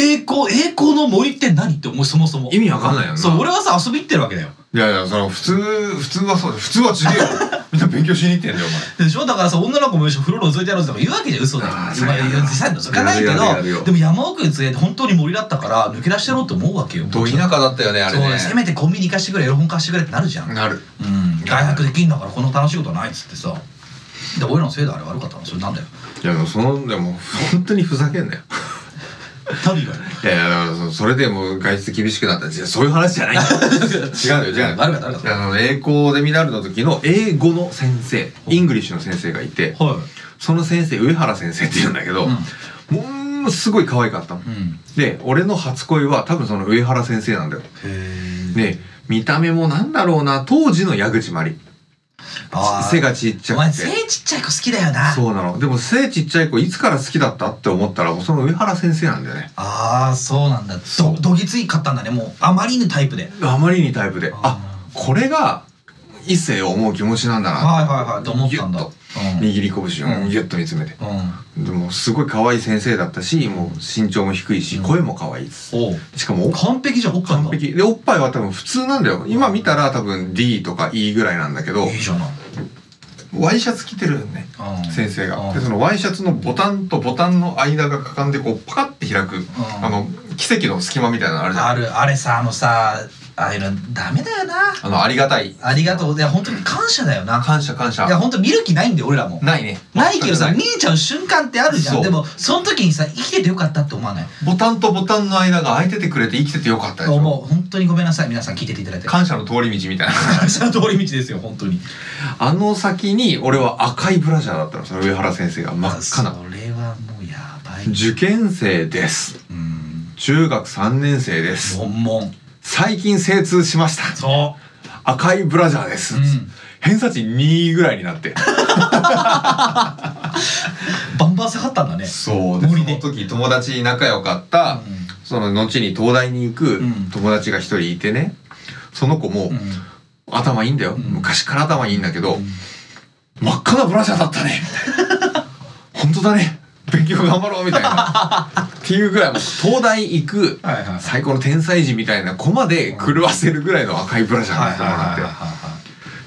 B: 栄光栄光の森って何って思うそもそも
A: 意味わかんないよな
B: そう俺はさ遊び行ってるわけだよ
A: いやいやその普通普通はそう普通は違 えよみんな勉強しに行ってんだよお前
B: でしょだからさ女の子も一緒に風呂覗いてやろうとか言うわけじゃん嘘だよ
A: あー
B: お前
A: そうやな
B: 実際覗かないけ
A: やるやるやる
B: ど
A: よ
B: でも山奥に連れて本当に森だったから抜け出してやろうと思うわけよ
A: ど田舎だったよねあれ
B: そう
A: ね
B: せめてコンビニ行かしてくれエロ本貸してくれってなるじゃん、うん、
A: なる
B: 大学できんだからこの楽しいことはないっつってさで俺らのせいであれ悪かったのそれなんだよ
A: いやでもそのでも本当にふざけんなよ
B: 旅が
A: いやいやだからそそれでもう外出厳しくなったら違うそういう話じゃないんだ よ違うよ違うよ
B: 悪かった悪かった
A: あの栄光ゼミナールの時の英語の先生イングリッシュの先生がいて
B: は
A: その先生上原先生って言うんだけど、もうすごい可愛かったの、
B: いうん
A: で俺の初恋は多分その上原先生なんだよで見た目もなんだろうな当時の矢口真理
B: あー
A: 背がちっち
B: お
A: ゃ
B: 前
A: く
B: 背
A: て。
B: ちっちゃい子好きだよな
A: そうなの。でも背ちっちゃい子いつから好きだったって思ったらもうその上原先生なんだよね。
B: ああそうなんだどどぎついかったんだねもうあまりにタイプで
A: あまりにタイプで、あこれが異性を思う気持ちなんだな。
B: はいはいはいと思ったん
A: ギュ
B: だ
A: ッと
B: うん
A: 握り拳
B: う
A: を
B: ん
A: ギュッと見つめて。
B: うん
A: でもすごい可愛い先生だったし、もう身長も低いし、声も可愛いです。
B: おう
A: しかもおっ
B: 完璧じゃんおっぱい
A: 完
B: がい
A: 璧でおっぱいは多分普通なんだよ今見たら多分 D とか E ぐらいなんだけど
B: いじゃない
D: ワイシャツ着てるよね
B: うん
D: 先生
B: う
D: が
B: ん
D: でそのワイシャツのボタンとボタンの間がかかんでこうパカッて開くあの奇跡の隙間みたいなのあるじゃん
B: あるあれさあのさああいうのダメだよな
D: あのありがたい
B: ありがとういや本当に感謝だよな
D: 感謝感謝
B: いや本当見る気ないんだよ俺らも
D: ないね
B: ないけどさ
D: 全く
B: 見えちゃう瞬間ってあるじゃ
D: そ
B: ん
D: う
B: でもその時にさ生きててよかったって思わない
D: ボタンとボタンの間が空いててくれて生きててよかったでしょ
B: 思う本当にごめんなさい皆さん聞いてていただいて
D: 感謝の通り道みたいな
B: 謝の通り道ですよ本当に
A: あの先に俺は赤いブラジャーだったのその上原先生が真っ赤な
B: それはもうやばい
A: 受験生です
B: うん
A: 中学3年生です
B: 悶々
A: 最近精通しました
B: そ
A: 赤いブラジャーです、
B: うん
A: 偏差値2位ぐらいになって
B: うバンバン下がったんだね
D: そうでそ
B: 森で
D: の時友達仲良かった、
B: う
A: その後に東大に行く
B: うん
A: 友達が一人いてねその子も
B: んうん
A: 頭いいんだよ、
B: ん
A: 昔から頭いいんだけど、真っ赤なブラジャーだった ねみたいな本当だね勉強頑張ろうみたいな っていうぐらいもう東大行く
B: はいはいはい
A: 最高の天才児みたいなコマで狂わせるぐらいの赤いブラジャー
B: はい
A: にしてもら
B: は
A: っ
B: い
A: て
B: はい
A: っ
B: は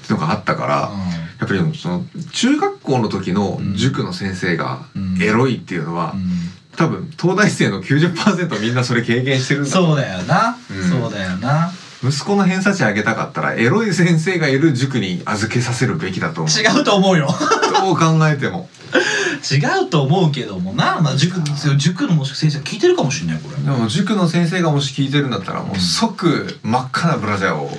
A: ていうのがあったから、
B: いはい
A: やっぱりでもその中学校の時の塾の先生が
B: うん
A: エロいっていうのは、
B: う
A: 多分東大生の90%みんなそれ経験してるん
B: ん
A: だ
B: そうだよな、
A: うん
B: そうだよな
A: 息子の偏差値上げたかったらエロい先生がいる塾に預けさせるべきだと思う
B: 違うと思うよ
A: どう考えても
B: 違うと思うけどもな、まあ、塾塾のもしか先生聞いてるかもしれないこれ
D: でも塾の先生がもし聞いてるんだったらもう即真っ赤なブラジャーを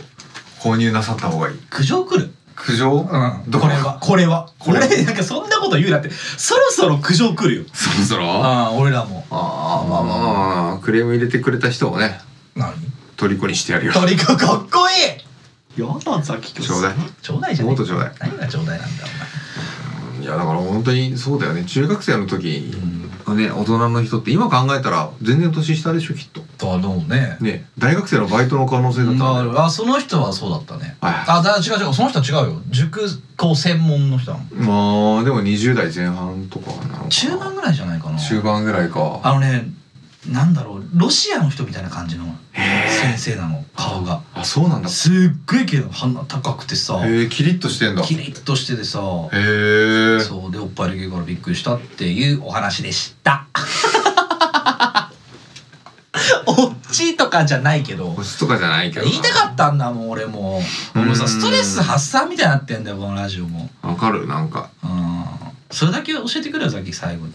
D: 購入なさった方がいい
B: 苦情来る
D: 苦情、
B: うん
D: ど
B: これはこれはこれなんかそんなこと言うなってそろそろ苦情来るよ
A: そろそろあ
B: ああ俺らも
A: あまあまあまあまあ、クレーム入れてくれた人をね
B: 何
A: 虜にしてやるよ
B: トリコかっこいいやださっき
A: ちょうだい
B: ちょうだいじゃね
A: もっとちょうだい
B: 何がちょうだいなんだ
A: いやだから本当にそうだよね中学生の時、ね大人の人って今考えたら全然年下でしょきっと
B: お前だろうね
A: ね大学生のバイトの可能性だったんだよ
B: なるあその人はそうだったね
A: はい
B: あだ違う違うその人は違うよ塾校専門の人なの
A: まあでも20代前半とかなのかな
B: 中盤ぐらいじゃないかな
A: 中盤ぐらいか
B: あのねなんだろうロシアの人みたいな感じの先生なの顔が
A: あそうなんだ
B: すっごい綺麗なの鼻高くてさ
D: へえキリッとしてんだへ
B: キリッとしててさ
D: え
B: そうでおっぱいでけえからびっくりしたっていうお話でしたおっちいとかじゃないけど
A: 星とかじゃないけどな
B: 言いたかったんだもん俺も俺もさ
A: うん
B: ストレス発散みたいになってんだよこのラジオも
A: わかるなんか
B: うんそれだけ教えてくれよさっき最後に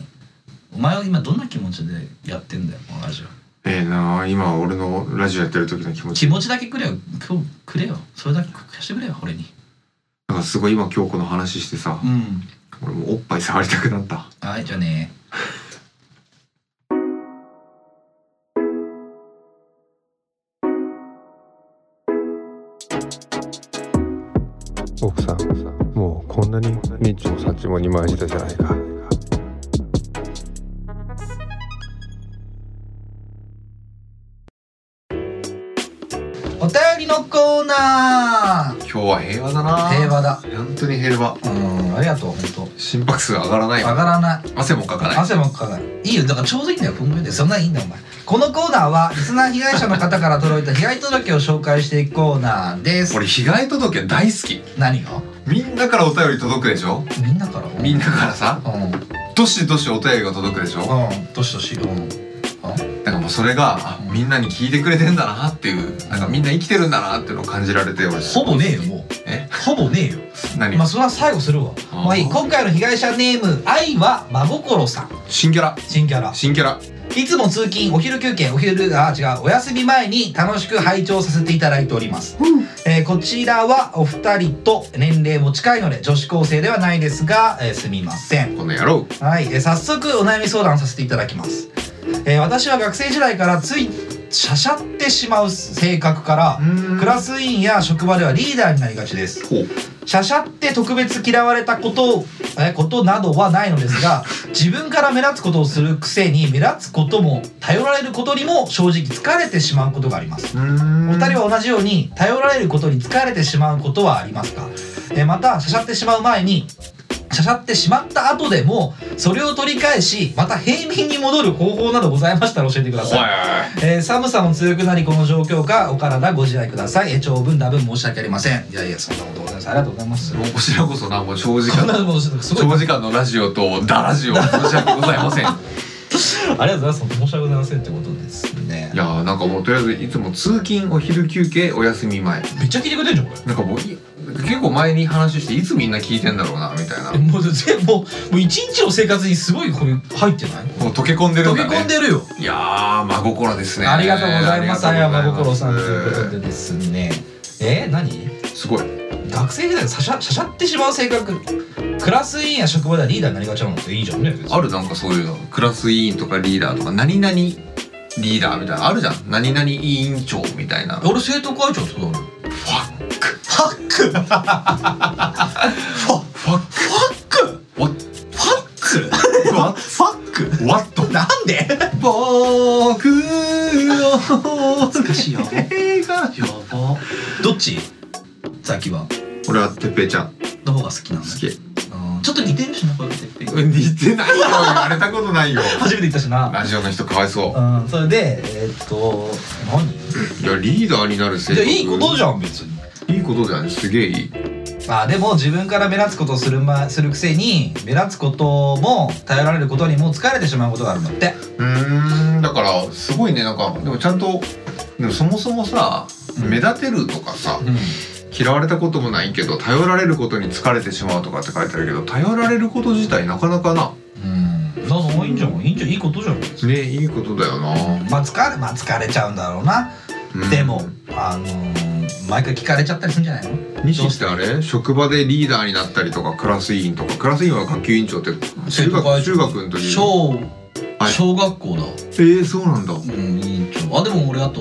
B: お前は今どんな気持ちでやってんだよこのラジオ
A: ええな今俺のラジオやってる時の気持
B: 気
A: ち
B: 持ちだけくれよ今日くれよそれだけ貸してくれよ俺に
A: なんかすごい今京子の話してさ、
B: うん
A: 俺もうおっぱい触りたくなった
B: はいじゃあね
H: 奥さんもうこんなにニッチもサッチも二枚舌じゃないか
B: お便りのコーナー
D: 今日は平和だな
B: 平和だ
D: 本当に平和
B: うんありがとう本
A: 心拍数上がらない
B: 当上がらない
A: 汗もかかない
B: 汗もかかないいいよだからちょうどいいんだよこんぐらいでそんなんいいんだよお前このコーナーはリスナー被害者の方から届いた被害届を紹介していくコーナーです
D: 俺被害届大好き
B: 何が
D: みんなからお便り届くでしょ
B: みんなから
D: みんなからさ
B: うんうん
D: どしどしお便りが届くでしょ
B: どしどしうん
D: だからもうそれがあみんなに聞いてくれてんだなっていうなんかみんな生きてるんだなっていうのを感じられて俺
B: ほぼねえよもう
D: え
B: ほぼねえよ
D: 何
B: まあそれは最後するわ
D: あー
B: まあいい今回の被害者ネーム愛は真心さん
D: 新キャラ
B: 新キャラ
D: 新キャラ
B: いつも通勤お昼休憩お昼あ違うお休み前に楽しく拝聴させていただいております、えーこちらはお二人と年齢も近いので女子高生ではないですが、えーすみません
D: この野郎
B: はい、えー早速お悩み相談させていただきます、えー私は学生時代からついしゃしゃってしまう性格からクラス委員や職場ではリーダーになりがちです
D: ほう
B: シャシャって特別嫌われたことえことなどはないのです が自分から目立つことをするくせに目立つことも頼られることにも正直疲れてしまうことがありますお二人は同じように頼られることに疲れてしまうことはありますかえまたしゃしゃってしまう前にしゃしゃってしまった後でもそれを取り返しまた平民に戻る方法などございましたら教えてくださいえー寒さも強くなりこの状況かお体ご自愛ください、えー長文多分申し訳ありませんいやいやそんなことございますありがとうございます
A: もうこちらこそなもう長時
B: こん
A: 間
B: なもうすごい
A: 長時間のラジオとダラジオ申し訳ございませんい
B: ありがとうございます申し訳ございませんってことですね
A: やーなんかもうとりあえずいつも通勤お昼休憩お休み前
B: めっちゃ聞いてくれてんじゃんこ
A: なんかもうい結構前に話していつみんな聞いてんだろうなみたいな
B: れもう全部もうもう一日の生活にすごいこれ入ってない
A: もう溶け込んでる
B: 溶
A: ん
B: け
A: だね
B: 込んでるよ
A: いやー真心ですね
B: ありがとうございますあやま
A: りがとうご
B: 心
A: ざ
B: さ
A: い
B: ん
A: ま
B: と
A: す
B: いうことでですねえー、何
A: すごい
B: 学生時代さしゃしゃしゃってしまう性格クラス委員や職場ではリーダーになりがちなのっていいじゃんね別に
A: あるなんかそういうのクラス委員とかリーダーとか何々リーダーみたいなのあるじゃん何々委員長みたいな
B: 俺生徒会長ってことある
A: ファック
B: ファック
A: ファックファック
B: ファック
A: わ
B: ファック
A: わっと
B: なんで
A: 僕を
B: 難しいよやば どっちザキは
A: 俺はてっぺいちゃん
B: の方が好きなの
A: 好き
B: ちょっと似てるしなこれって
A: 似てないよ言われたことないよ
B: 初めて言ったしな
A: ラジオの人かわいそう
B: うんそれでえーっと何
A: いやリーダーになる性
B: じゃ
A: 格
B: いいことじゃん別に
A: ゃんいいことじゃんすげえいい
B: まあでも自分から目立つことをする,、ま、するくせに目立つことも頼られることにも疲れてしまうことがあるんだって
A: うーんだからすごいねなんかでもちゃんとでもそもそもさ目立てるとかさ、
B: うん
A: 嫌われたこともないけど頼られることに疲れてしまうとかって書いてあるけど頼られること自体なかなかな
B: うんなんかいいんじゃんいいんじゃんいいことじゃん
A: ねいいことだよな、
B: まあ疲れまあ疲れちゃうんだろうな、
A: うん
B: でもあのー、毎回聞かれちゃったりするんじゃないの
A: 西ってあれ職場でリーダーになったりとかクラス委員とかクラス委員は学級委員長って中学中学の時に
I: 小
A: はい
I: 小学校だ、
A: えー、そうなんだ
I: うん委員長あでも俺あと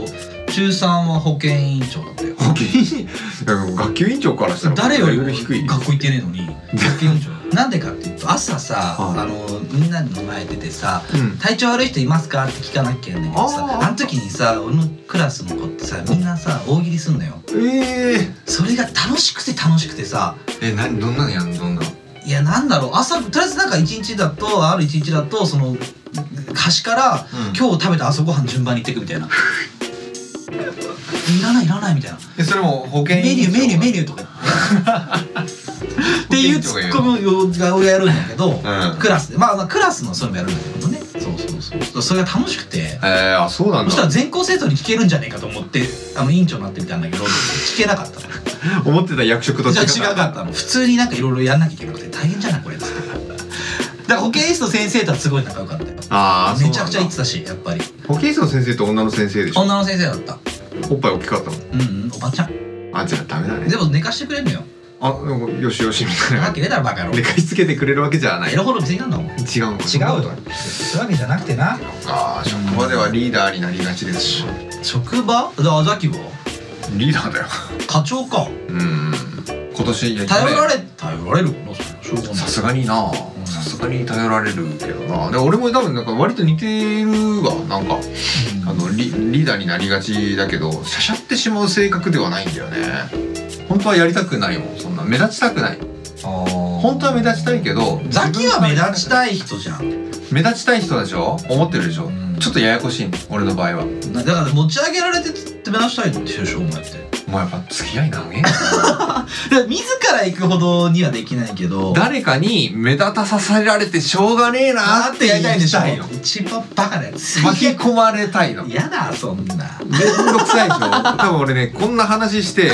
I: 中3は保健委員長だったよ
A: 保健委員いや学級委員長からしたら
I: 誰よりも
A: レベル低い
I: 学校行ってねえのに保健委員長 なんでかっていうと朝さ、
A: はい
I: あのみんなの前出てさ
A: う
I: 「
A: ん
I: 体調悪い人いますか?」って聞かなきゃいけないんだけどさ
A: あ
I: あ
A: ー
I: の時にさ俺のクラスの子ってさみんなさ大喜利すんのよ
A: えー、
I: それが楽しくて楽しくてさ
A: えなどんなのやんのどんなの
I: いやなんだろう朝とりあえずなんか一日だとある一日だとその端から、
A: うん
I: 今日食べた朝ごはん順番に行ってくみたいないらないいらないみたいな
A: えそれも保健
I: メニューメニューメニューとか っていうツッコミをが俺やるんだけど、
A: ん
I: クラスでまあまあクラスのそういうのやるんだけどねそうそうそうそれが楽しくて
A: えー、あそうなん
I: そした
A: だ
I: ら全校生徒に聞けるんじゃねえかと思ってあの委員長になってみたんだけど聞けなかったの
A: 思ってた役職と違
I: じゃ
A: う
I: あ違かったの普通になんかいろいろやんなきゃいけなくて大変じゃないこれっつってだから保健室の先生とはすごい仲良かったよ
A: ああ
I: めちゃくちゃ言って
A: た
I: たしやっぱり
A: 保健室の先生と女の先生でしょ
I: 女の先生だった
A: おっぱい大きかったの
I: うんうんおばちゃん
A: あじゃあダメだね
I: でも寝かしてくれんのよ
A: あなんかよしよしみたい
I: わ
A: な
I: けねえだろバカ野郎
A: でかしつけてくれるわけじゃない
I: エ
A: 違う
I: ロほど全員なんだもん
A: の
B: 違うよそういうわけじゃなくてな
A: あー職場ではリーダーになりがちですし
I: 職場だザキは
A: リーダーだよ
I: 課長か
A: うん今年いや
I: 頼ら
A: 去
I: れ頼られるもんなそれしょうが
A: 年
I: な
A: さすがになさすがに頼られるけどなで俺も多分なんか割と似てるわなんかあのリリーダーになりがちだけどしゃしゃってしまう性格ではないんだよね本当はやりたくないもんそんな目立ちたくない本
B: 本
A: 当は目立ちたいけど
I: いザキは目立ちたい人じゃん
A: 目立ちたい人でしょ思ってるでしょちょっとややこしいね俺の場合は
I: だから持ち上げられてって目立ちたいのでしょお前って
A: もうやっぱ付き合い長 えな
I: だから自ら行くほどにはできないけど
A: 誰かに目立たさせられてしょうがねえな
I: あ
A: って言いたいんでしょ
I: 一番バカなや つ
A: 巻き込まれたいのめん
I: 嫌だそんな
A: どくさいでしょ多分俺ねこんな話して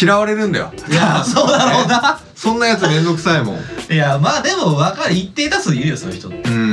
A: 嫌われるんだよ
I: いやそうだろうな
A: そんなやつめんどくさいもん
I: いやまあでも分かる一定多数いるよそういう人
A: う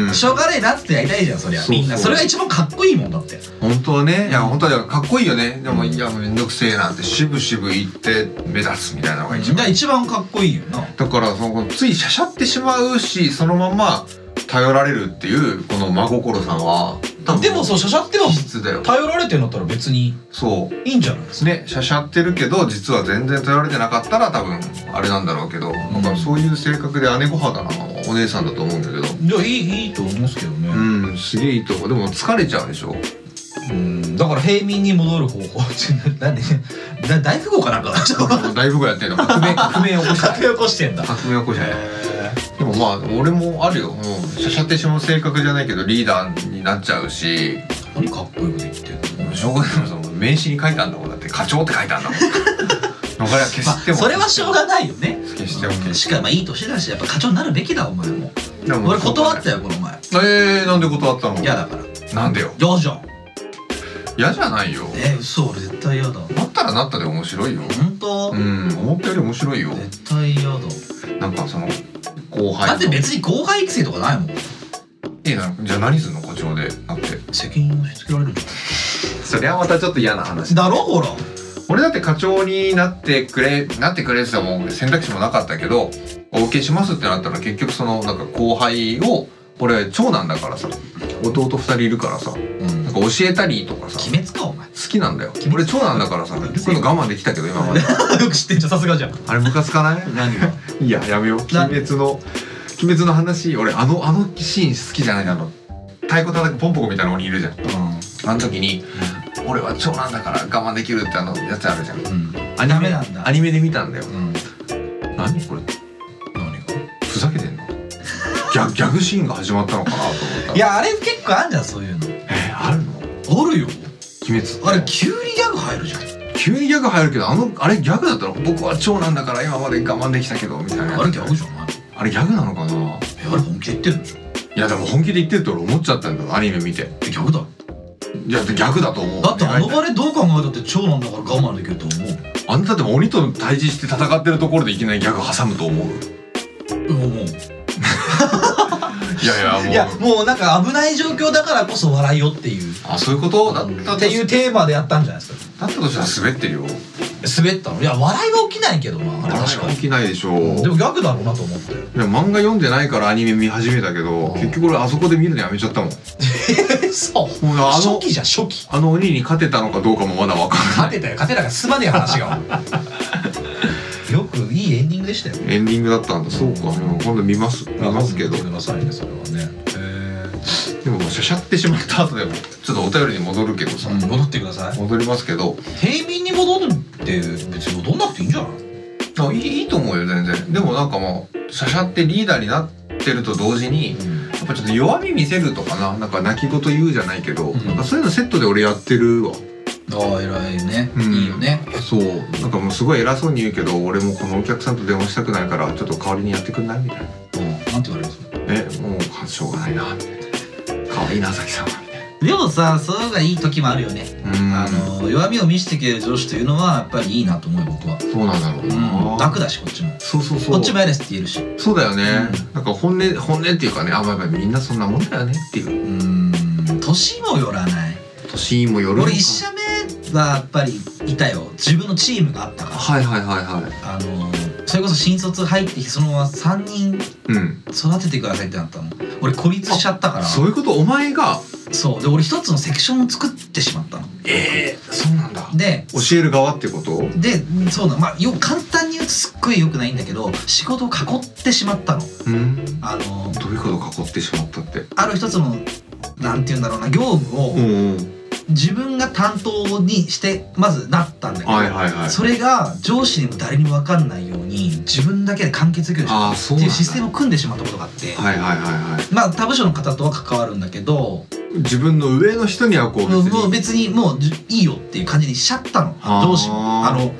A: ん
I: しょうがねえなってやりたいじゃんそりゃ
A: そうそう
I: みんなそれが一番かっこいいもんだって
A: 本当はねいや本当はかっこいいよねでもいやめんどくせえなんてしぶしぶ言って目立つみたいなのが一
I: みんな
A: 番
I: 一番かっこいいよな
A: だからそのついしゃしゃってしまうしそのまま頼られるっていうこの真心さんは多分
B: でもそうしゃしゃっても
A: 質だよ
B: 頼られてるんだったら別に
A: そう
B: いいんじゃない
A: ねしゃしゃってるけど実は全然頼られてなかったら多分あれなんだろうけど、なんかそういう性格で姉御肌なお姉さんだと思うんだけど
B: いやいいいいと思うんですけどね
A: うんすげえいいと思うでも疲れちゃうで しょ
B: うんだから平民に戻る方法 ちょなんでだ大富豪かなんか
A: 大富豪やってるの革命革命を起こした
B: 駆け起こしてんだ
A: 革命起こしたでもまあ俺もあるよもうしゃしゃってしまう性格じゃないけどリーダーになっちゃうし
B: 何かっこよく言ってんの
A: しょうがないもんその名刺に書いたんだもんだって課長って書いたんだもん 逃れは決しても、
B: それはしょうがないよね
A: 決して OK
B: しかもいい年だしやっぱ課長になるべきだお前も
A: でも
B: 俺断ったよこの前
A: えー、なんで断ったの
B: 嫌だから
A: なんでよ
B: 嫌じゃん
A: 嫌じゃないよ
B: え嘘俺絶対嫌だ
A: なったらなったで面白いよ
B: 本当、
A: うん思ったより面白いよ
B: 絶対嫌だ、
A: なんかその後輩
B: だ
A: の
B: って別に後輩育成とかないもん
A: いいなじゃあ何すんの課長でなって
B: 責任押し付けられるんだ
A: それはまたちょっと嫌な話
B: だろほら
A: 俺だって課長になってくれなってくれって言ったらもう選択肢もなかったけどお受けしますってなったら結局そのなんか後輩を俺長男だからさ弟2人いるからさ
B: うん
A: なんか教えたりとかさ
B: 鬼
A: 好
B: 滅かお前
A: きなんだよ俺長男だからさそういうの我慢できたけど今まで
B: よく知ってんじゃんさすがじゃん
A: あれムカつかない何がいややめよう鬼
B: な
A: 滅の鬼滅の話俺あのあのシーン好きじゃないあの太鼓叩くポンポコみたいな鬼いるじゃんあの時に、俺は長男だから我慢できるってあのやつあるじゃん。アニ
B: ダメ
A: メ
B: なんだ
A: アニメで見たんだよ。何これ
B: 何が
A: ふざけてんのギャギャグシーンが始まったのかなと思った。
B: い、やあれ結構あんじゃんそういうの
A: えーあるの鬼
B: あるよ
A: 滅って。
B: あれ急にギャグ入るじゃん
A: 急にギャグ入るけど、あの、あれギャグだったら僕は長男だから今まで我慢できたけど、みたいな。
B: あれギャグじゃない
A: あれギャグなのかな
B: えあれ本気で言ってるんでしょ
A: いやでも本気で言ってると俺思っちゃったんだよ、アニメ見て。
B: えギャグだ
A: いや、でギャグだと思う。
B: だってあの場
A: で。
B: でどう考えたって長男だから我慢できると思う
A: あんたでも鬼と対峙して戦ってるところでいきなりギャグ挟むと 思う。
B: 思う
A: いやいや、もう。
B: いやもうなんか危ない状況だからこそ笑いよっていう
A: あ、そういうことだった
B: っていうテーマでやったんじゃないですか
A: だったとしたら滑ってるよ。
B: 滑ったのいや笑いは起きないけどなあれ確かに
A: 起きないでしょう。
B: でもギャグだろうなと思って
A: いや漫画読んでないからアニメ見始めたけど、結局俺あそこで見るのやめちゃったもん。
B: え そう
A: もうあの
B: 初期じゃん初期
A: あの鬼に勝てたのかどうかもまだわから
B: 勝てたよ勝てたからすまねえ話がよくいいエンディングでしたよ
A: ない。エンディングだったんだ。そうか。でも今度見ます。見ますけど。
B: 見てくださいねそれはね
A: でももうしゃしゃってしまった後でも、ちょっとお便りに戻るけどさ。
B: 戻ってください
A: 戻りますけど、
B: 平民に戻るって別に戻んなくていいんじゃない
A: あいいいいと思うよ全然。でもなんかもうしゃしゃってリーダーになってると同時に、やっぱちょっと弱み見せるとかな、なんか泣き言言うじゃないけど、なんかそういうのセットで俺やってるわ。
B: ああ偉いね、
A: うん
B: いいよね
A: そうなんかもうすごい偉そうに言うけど俺もこのお客さんと電話したくないからちょっと代わりにやってくんないみたいな
B: なんて言われます
A: えもうしょうがないなみたいな可愛いな崎さんはみたい
B: でもさそういうのがいい時もあるよね、
A: な
B: あの弱みを見せてくれる上司というのはやっぱりいいなと思うよ僕は、
A: そうなんだろうな、
B: 楽だしこっちも
A: そうそうそう
B: こっちも嫌ですって言えるし
A: そうだよね、なんか本音本音っていうかねあまあまあみんなそんなもんだよねっていうう
B: ーん年もよらない
A: 年もよるのか
B: 俺一社目はやっぱりいたよ自分のチームがあったか
A: はいはいはいはい
B: らあのそれこそ新卒入ってきてそのまま3人
A: うん
B: 育ててくださいってなったの俺孤立しちゃったから
A: そういうことお前が
B: そうで俺一つのセクションを作ってしまったの
A: ええそうなんだ
B: で
A: 教える側ってこと
B: でそうだまあよ簡単に言うとすっごい良くないんだけど仕事を囲ってしまったの
A: うん
B: あの
A: どういうこと囲ってしまったって
B: ある一つのなんて言うんだろうな業務を
A: ん
B: 自分が担当にしてまずなったんだけど、
A: はいはいはい
B: それが上司にも誰にも分かんないように自分だけで完結できるように
A: ああそう
B: って
A: ないん
B: う
A: だ
B: システムを組んでしまったことがあって、
A: はいはいはいはい
B: まあ他部署の方とは関わるんだけど
A: 自分の上の人にはこう別に、
B: もう別にもうじいいよっていう感じにしちゃったの
A: あー
B: 上司もあの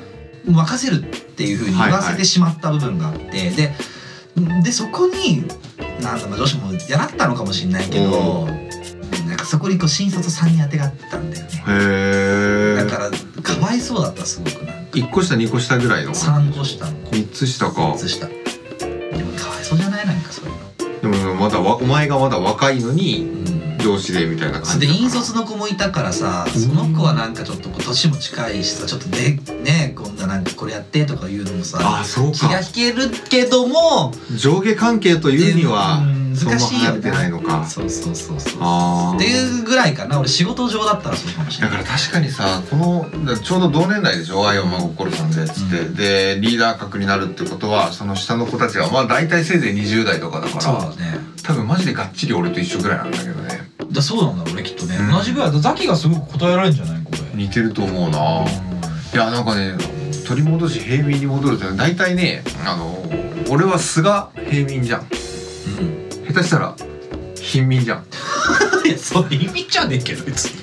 B: 任せるっていうふうに言わせてしまった部分があって、ででそこになんだまあ上司もやらったのかもしれないけどなんかそこにこう新卒3人当てがあったんだよね
A: へ
B: だ
A: え
B: からかわいそうだったすごくなんか
A: 1個下2個下ぐらいの
B: 3個下の
A: 3つ下か
B: 3つ下でもかわいそうじゃないなんかそういうの
A: でもまだわお前がまだ若いのに
B: うん
A: 上司でみたいな感じ
B: で
A: だから
B: 引率の子もいたからさその子はなんかちょっとこう年も近いしさちょっとでねこんななんかこれやってとか言うのもさ
A: ああそう
B: 気
A: か
B: が引けるけども
A: 上下関係というには
B: うん難しいよ
A: そんな離れて
B: ね
A: ないのか
B: そうそうそうそう
A: あー
B: っていうぐらいかな俺仕事上だったらそうかもしれ
A: だ
B: ない
A: から確かにさこのだちょうど同年代でしょあいおまごころさんでつって、でリーダー格になるってことはその下の子たちはまあ大体せいぜい20代とかだか
B: そう
A: ら
B: だね
A: 多分マジでがっちり俺と一緒ぐらいなんだけどね
B: だそうなんだ俺きっとね、
A: うん
B: 同じぐらいだザキがすごく答えられるんじゃないこれ
A: 似てると思うな、いやなんかね取り戻し平民に戻るって大体ねあの俺は素が平民じゃん
B: うん
A: 下手したら貧民じゃん
B: いやそういう意味じゃねえけど別に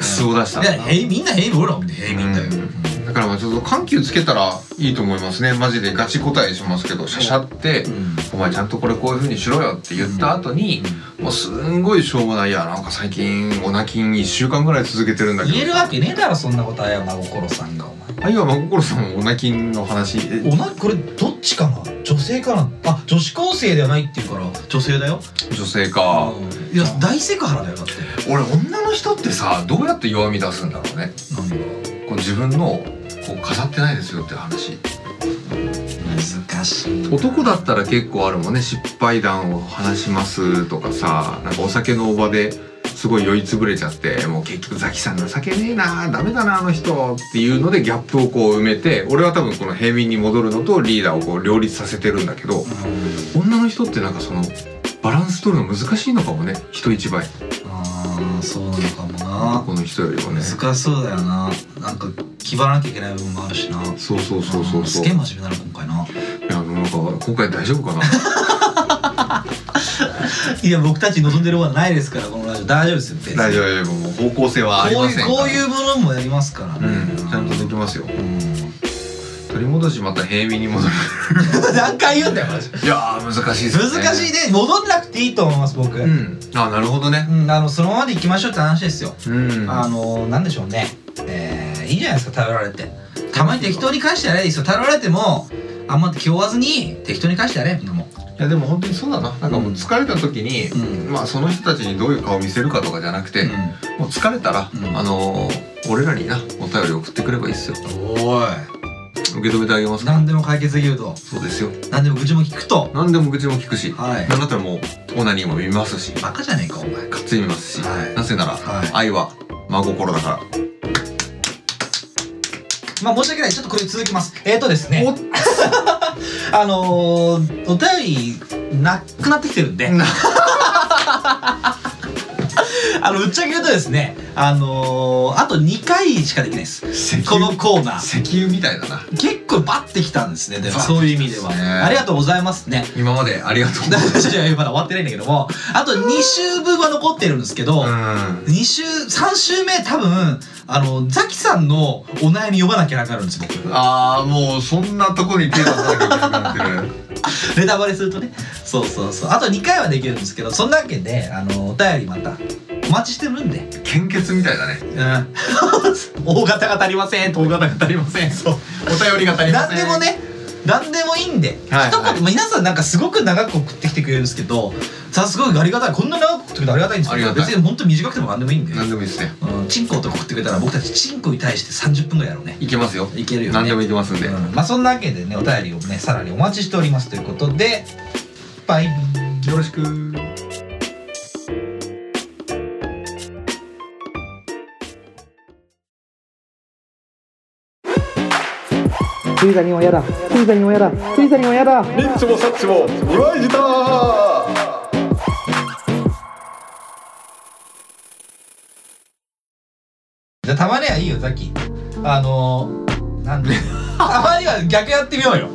A: 素を出した
B: いや平みんな平民俺らも平民だよ、
A: うんだからまあちょっと緩急つけたらいいと思いますねマジでガチ答えしますけどシャシャって、お前ちゃんとこれこういう風にしろよって言った後に、もうすんごいしょうもないいやなんか最近オナキン1週間ぐらい続けてるんだけど
B: 言えるわけねえだろそんなことあやま心さんがお前
A: あいは真心さんもオナキンの話え
B: おなこれどっちかな女性かなあ女子高生ではないっていうから女性だよ
A: 女性か
B: いや大セクハラだよだって
A: 俺女の人ってさどうやって弱み出すんだろうね
B: 何
A: こう自分のこう飾ってないですよって話
B: 難しい
A: 男だったら結構あるもんね失敗談を話しますとかさなんかお酒のお場ですごい酔いつぶれちゃってもう結局ザキさん情けねえなダメだなあの人っていうのでギャップをこう埋めて俺は多分この平民に戻るのとリーダーをこう両立させてるんだけど女の人ってなんかそのバランス取るの難しいのかもね人一倍
B: ああそうなのかもな
A: 男の人よりもね
B: 難しそうだよななんか気張らなきゃいけない部分もあるしな
A: そうそうそうそう
B: す
A: そう
B: げえ
A: い
B: 真面目だな今回な
A: やあのなんか今回大丈夫かな
B: いや僕たち望んでるものはないですからこのラジオ大丈夫ですよ別に
A: 大丈夫大丈夫もう方向性はあり
B: こう
A: ま
B: い
A: せん
B: う
A: から
B: こういうものもやりますからね、
A: うんちゃんとできますよ取り戻しまた平民に戻る
B: 何回言うんだよマジ
A: いやー難しいですね
B: 難しいね戻んなくていいと思います僕、
A: うんあなるほどね
B: うん、あのそのままで行きましょうって話ですよ、
A: うん
B: あのなんでしょうねえー、いいじゃないですか頼られてたまに適当に返してやればいいですよ頼られてもあんま気負わずに適当に返してやれみんなも
A: いやでも本当にそうだななんかもう疲れた時に、
B: うん
A: まあその人たちにどういう顔見せるかとかじゃなくて、
B: う
A: もう疲れたら、
B: うん
A: あのー俺らになお便り送ってくればいいっすよ
B: おい
A: 受け止めてあげますから
B: 何でも解決できると
A: そうですよ
B: 何でも愚痴も聞くと
A: 何でも愚痴も聞くし、
B: はい
A: なんだったらもうオナニーも見ますし
B: バカじゃねえかお前
A: かっつり見ますし、
B: はい
A: なぜなら、
B: はい
A: 愛は真心だから
B: まあ申し訳ないちょっとこれ続きますえっ、ー、とですね あのー、お便りなくなってきてるんで あのぶっちゃけ言うとですねあのー、あと2回しかできないです
A: 石
B: このコーナ
A: 石
B: ー
A: 油みたいだな
B: 結構バッてきたんですねでも
A: バッてき
B: そういう意味では
A: ね
B: ありがとうございます ね
A: 今までありがとうございます
B: じゃあまだ終わってないんだけどもあと2週分は残ってるんですけど、
A: うん
B: 2週3週目多分あのザキさんのお悩み読まなきゃなくなるんです僕
A: ああもうそんなとこに手出さなきゃいけなくなってる
B: ネタバレするとねそうそうそうあと2回はできるんですけどそんなわけであのお便りまたお待ちしてるんで
A: 献血みたいだね
B: うん大型が足りません大型が足りませんそう
A: お便りが足りませ
B: 何
A: ん
B: でもね何でもいいんで、
A: はい
B: 一言皆さんなんかすごく長く送ってきてくれるんですけどさすごいありがたいこんな長く送ってくれてありがたいんですけ
A: あり
B: ど
A: がたい
B: 別に本当短くても何でもいいんで、
A: 何でもいいですね
B: うん、チンコとか送ってくれたら僕たちチンコに対して30分ぐらいやろうね
A: いけますよ
B: いけるよね
A: 何でもいけますんで、
B: うんまあそんなわけでねお便りをねさらにお待ちしておりますということでバイビー
A: よろしく
F: 水谷はやだ水谷はやだ水谷はやだ
C: ニッチもサッチも今井た
B: じゃあたまにはいいよザキあのー、なんで たまには逆やってみようよ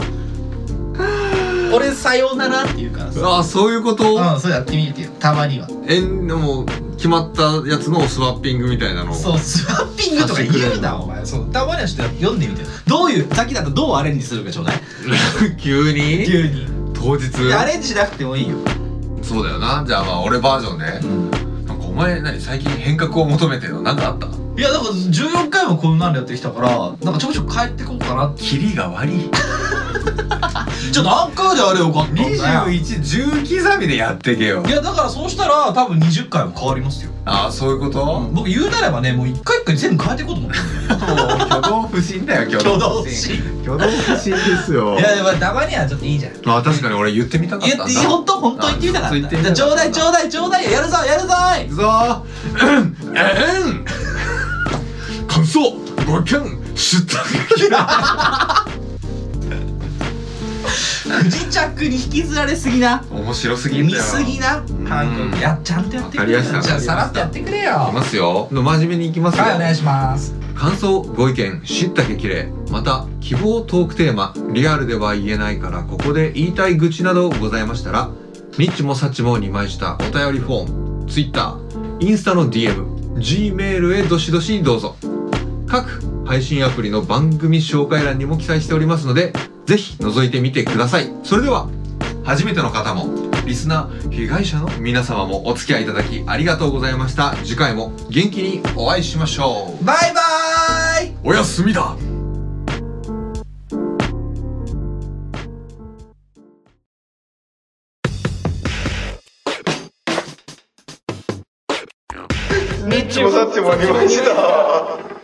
B: 俺さようならって言うからさ
A: ああそういうこと、
B: うんそうやってみてよたまには
A: えんでも決まったやつのスワッピングみたいなのを
B: そうスワッピングとか言うなお前そうたまにはちょっと読んでみてよどういうザキだとどうアレンジするかちょうだい
A: 急に
B: 急に
A: 当日
B: いやアレンジしなくてもいいよ、
A: そうだよなじゃあまあ俺バージョンね、なんかお前何最近変革を求めてるの何かあった
B: いやだから14回もこんなのやってきたからなんかちょこちょこ帰ってこうかなって
A: キリが悪い
B: じゃあ何回であれよかったんだよ
A: 2110刻みでやってけよ
B: いやだからそうしたら多分20回は変わりますよ
A: ああそういうこと
B: 僕言うなればねもう一回一回全部変えていこうと思ってる
A: 挙動不審だよ挙動不審挙動不 審ですよ
B: いやでもたまにはちょっといいじゃん
A: まあ確かに俺言ってみたかっ
B: 言
A: たんだ
B: って本当本当言ってみたかっ
A: あ言ってみ
B: た
A: たかった
B: じゃあちょうだいちょうだいちょうだいやるぞやるぞ
A: いくぞーうんえん感想ご意見出
B: 不時着に引きずられすぎな
A: 面白すぎん
B: 見
A: だよ
B: すぎな韓国やっちゃんとやってくれよ
A: わかりました
B: じゃあさらっとやってくれよ
A: い
B: は
A: ますよ真面目にいきますよ、
B: いお願いします
A: 感想ご意見知った激励また希望トークテーマリアルでは言えないからここで言いたい愚痴などございましたらミッチもサッチも2枚したお便りフォーム Twitter インスタの DMG メールへどしどしどうぞ各配信アプリの番組紹介欄にも記載しておりますのでぜひ覗いてみてくださいそれでは初めての方もリスナー被害者の皆様もお付き合いいただきありがとうございました次回も元気にお会いしましょう
B: バイバーイ
A: おやすみだ
C: ニッチもサッチもありました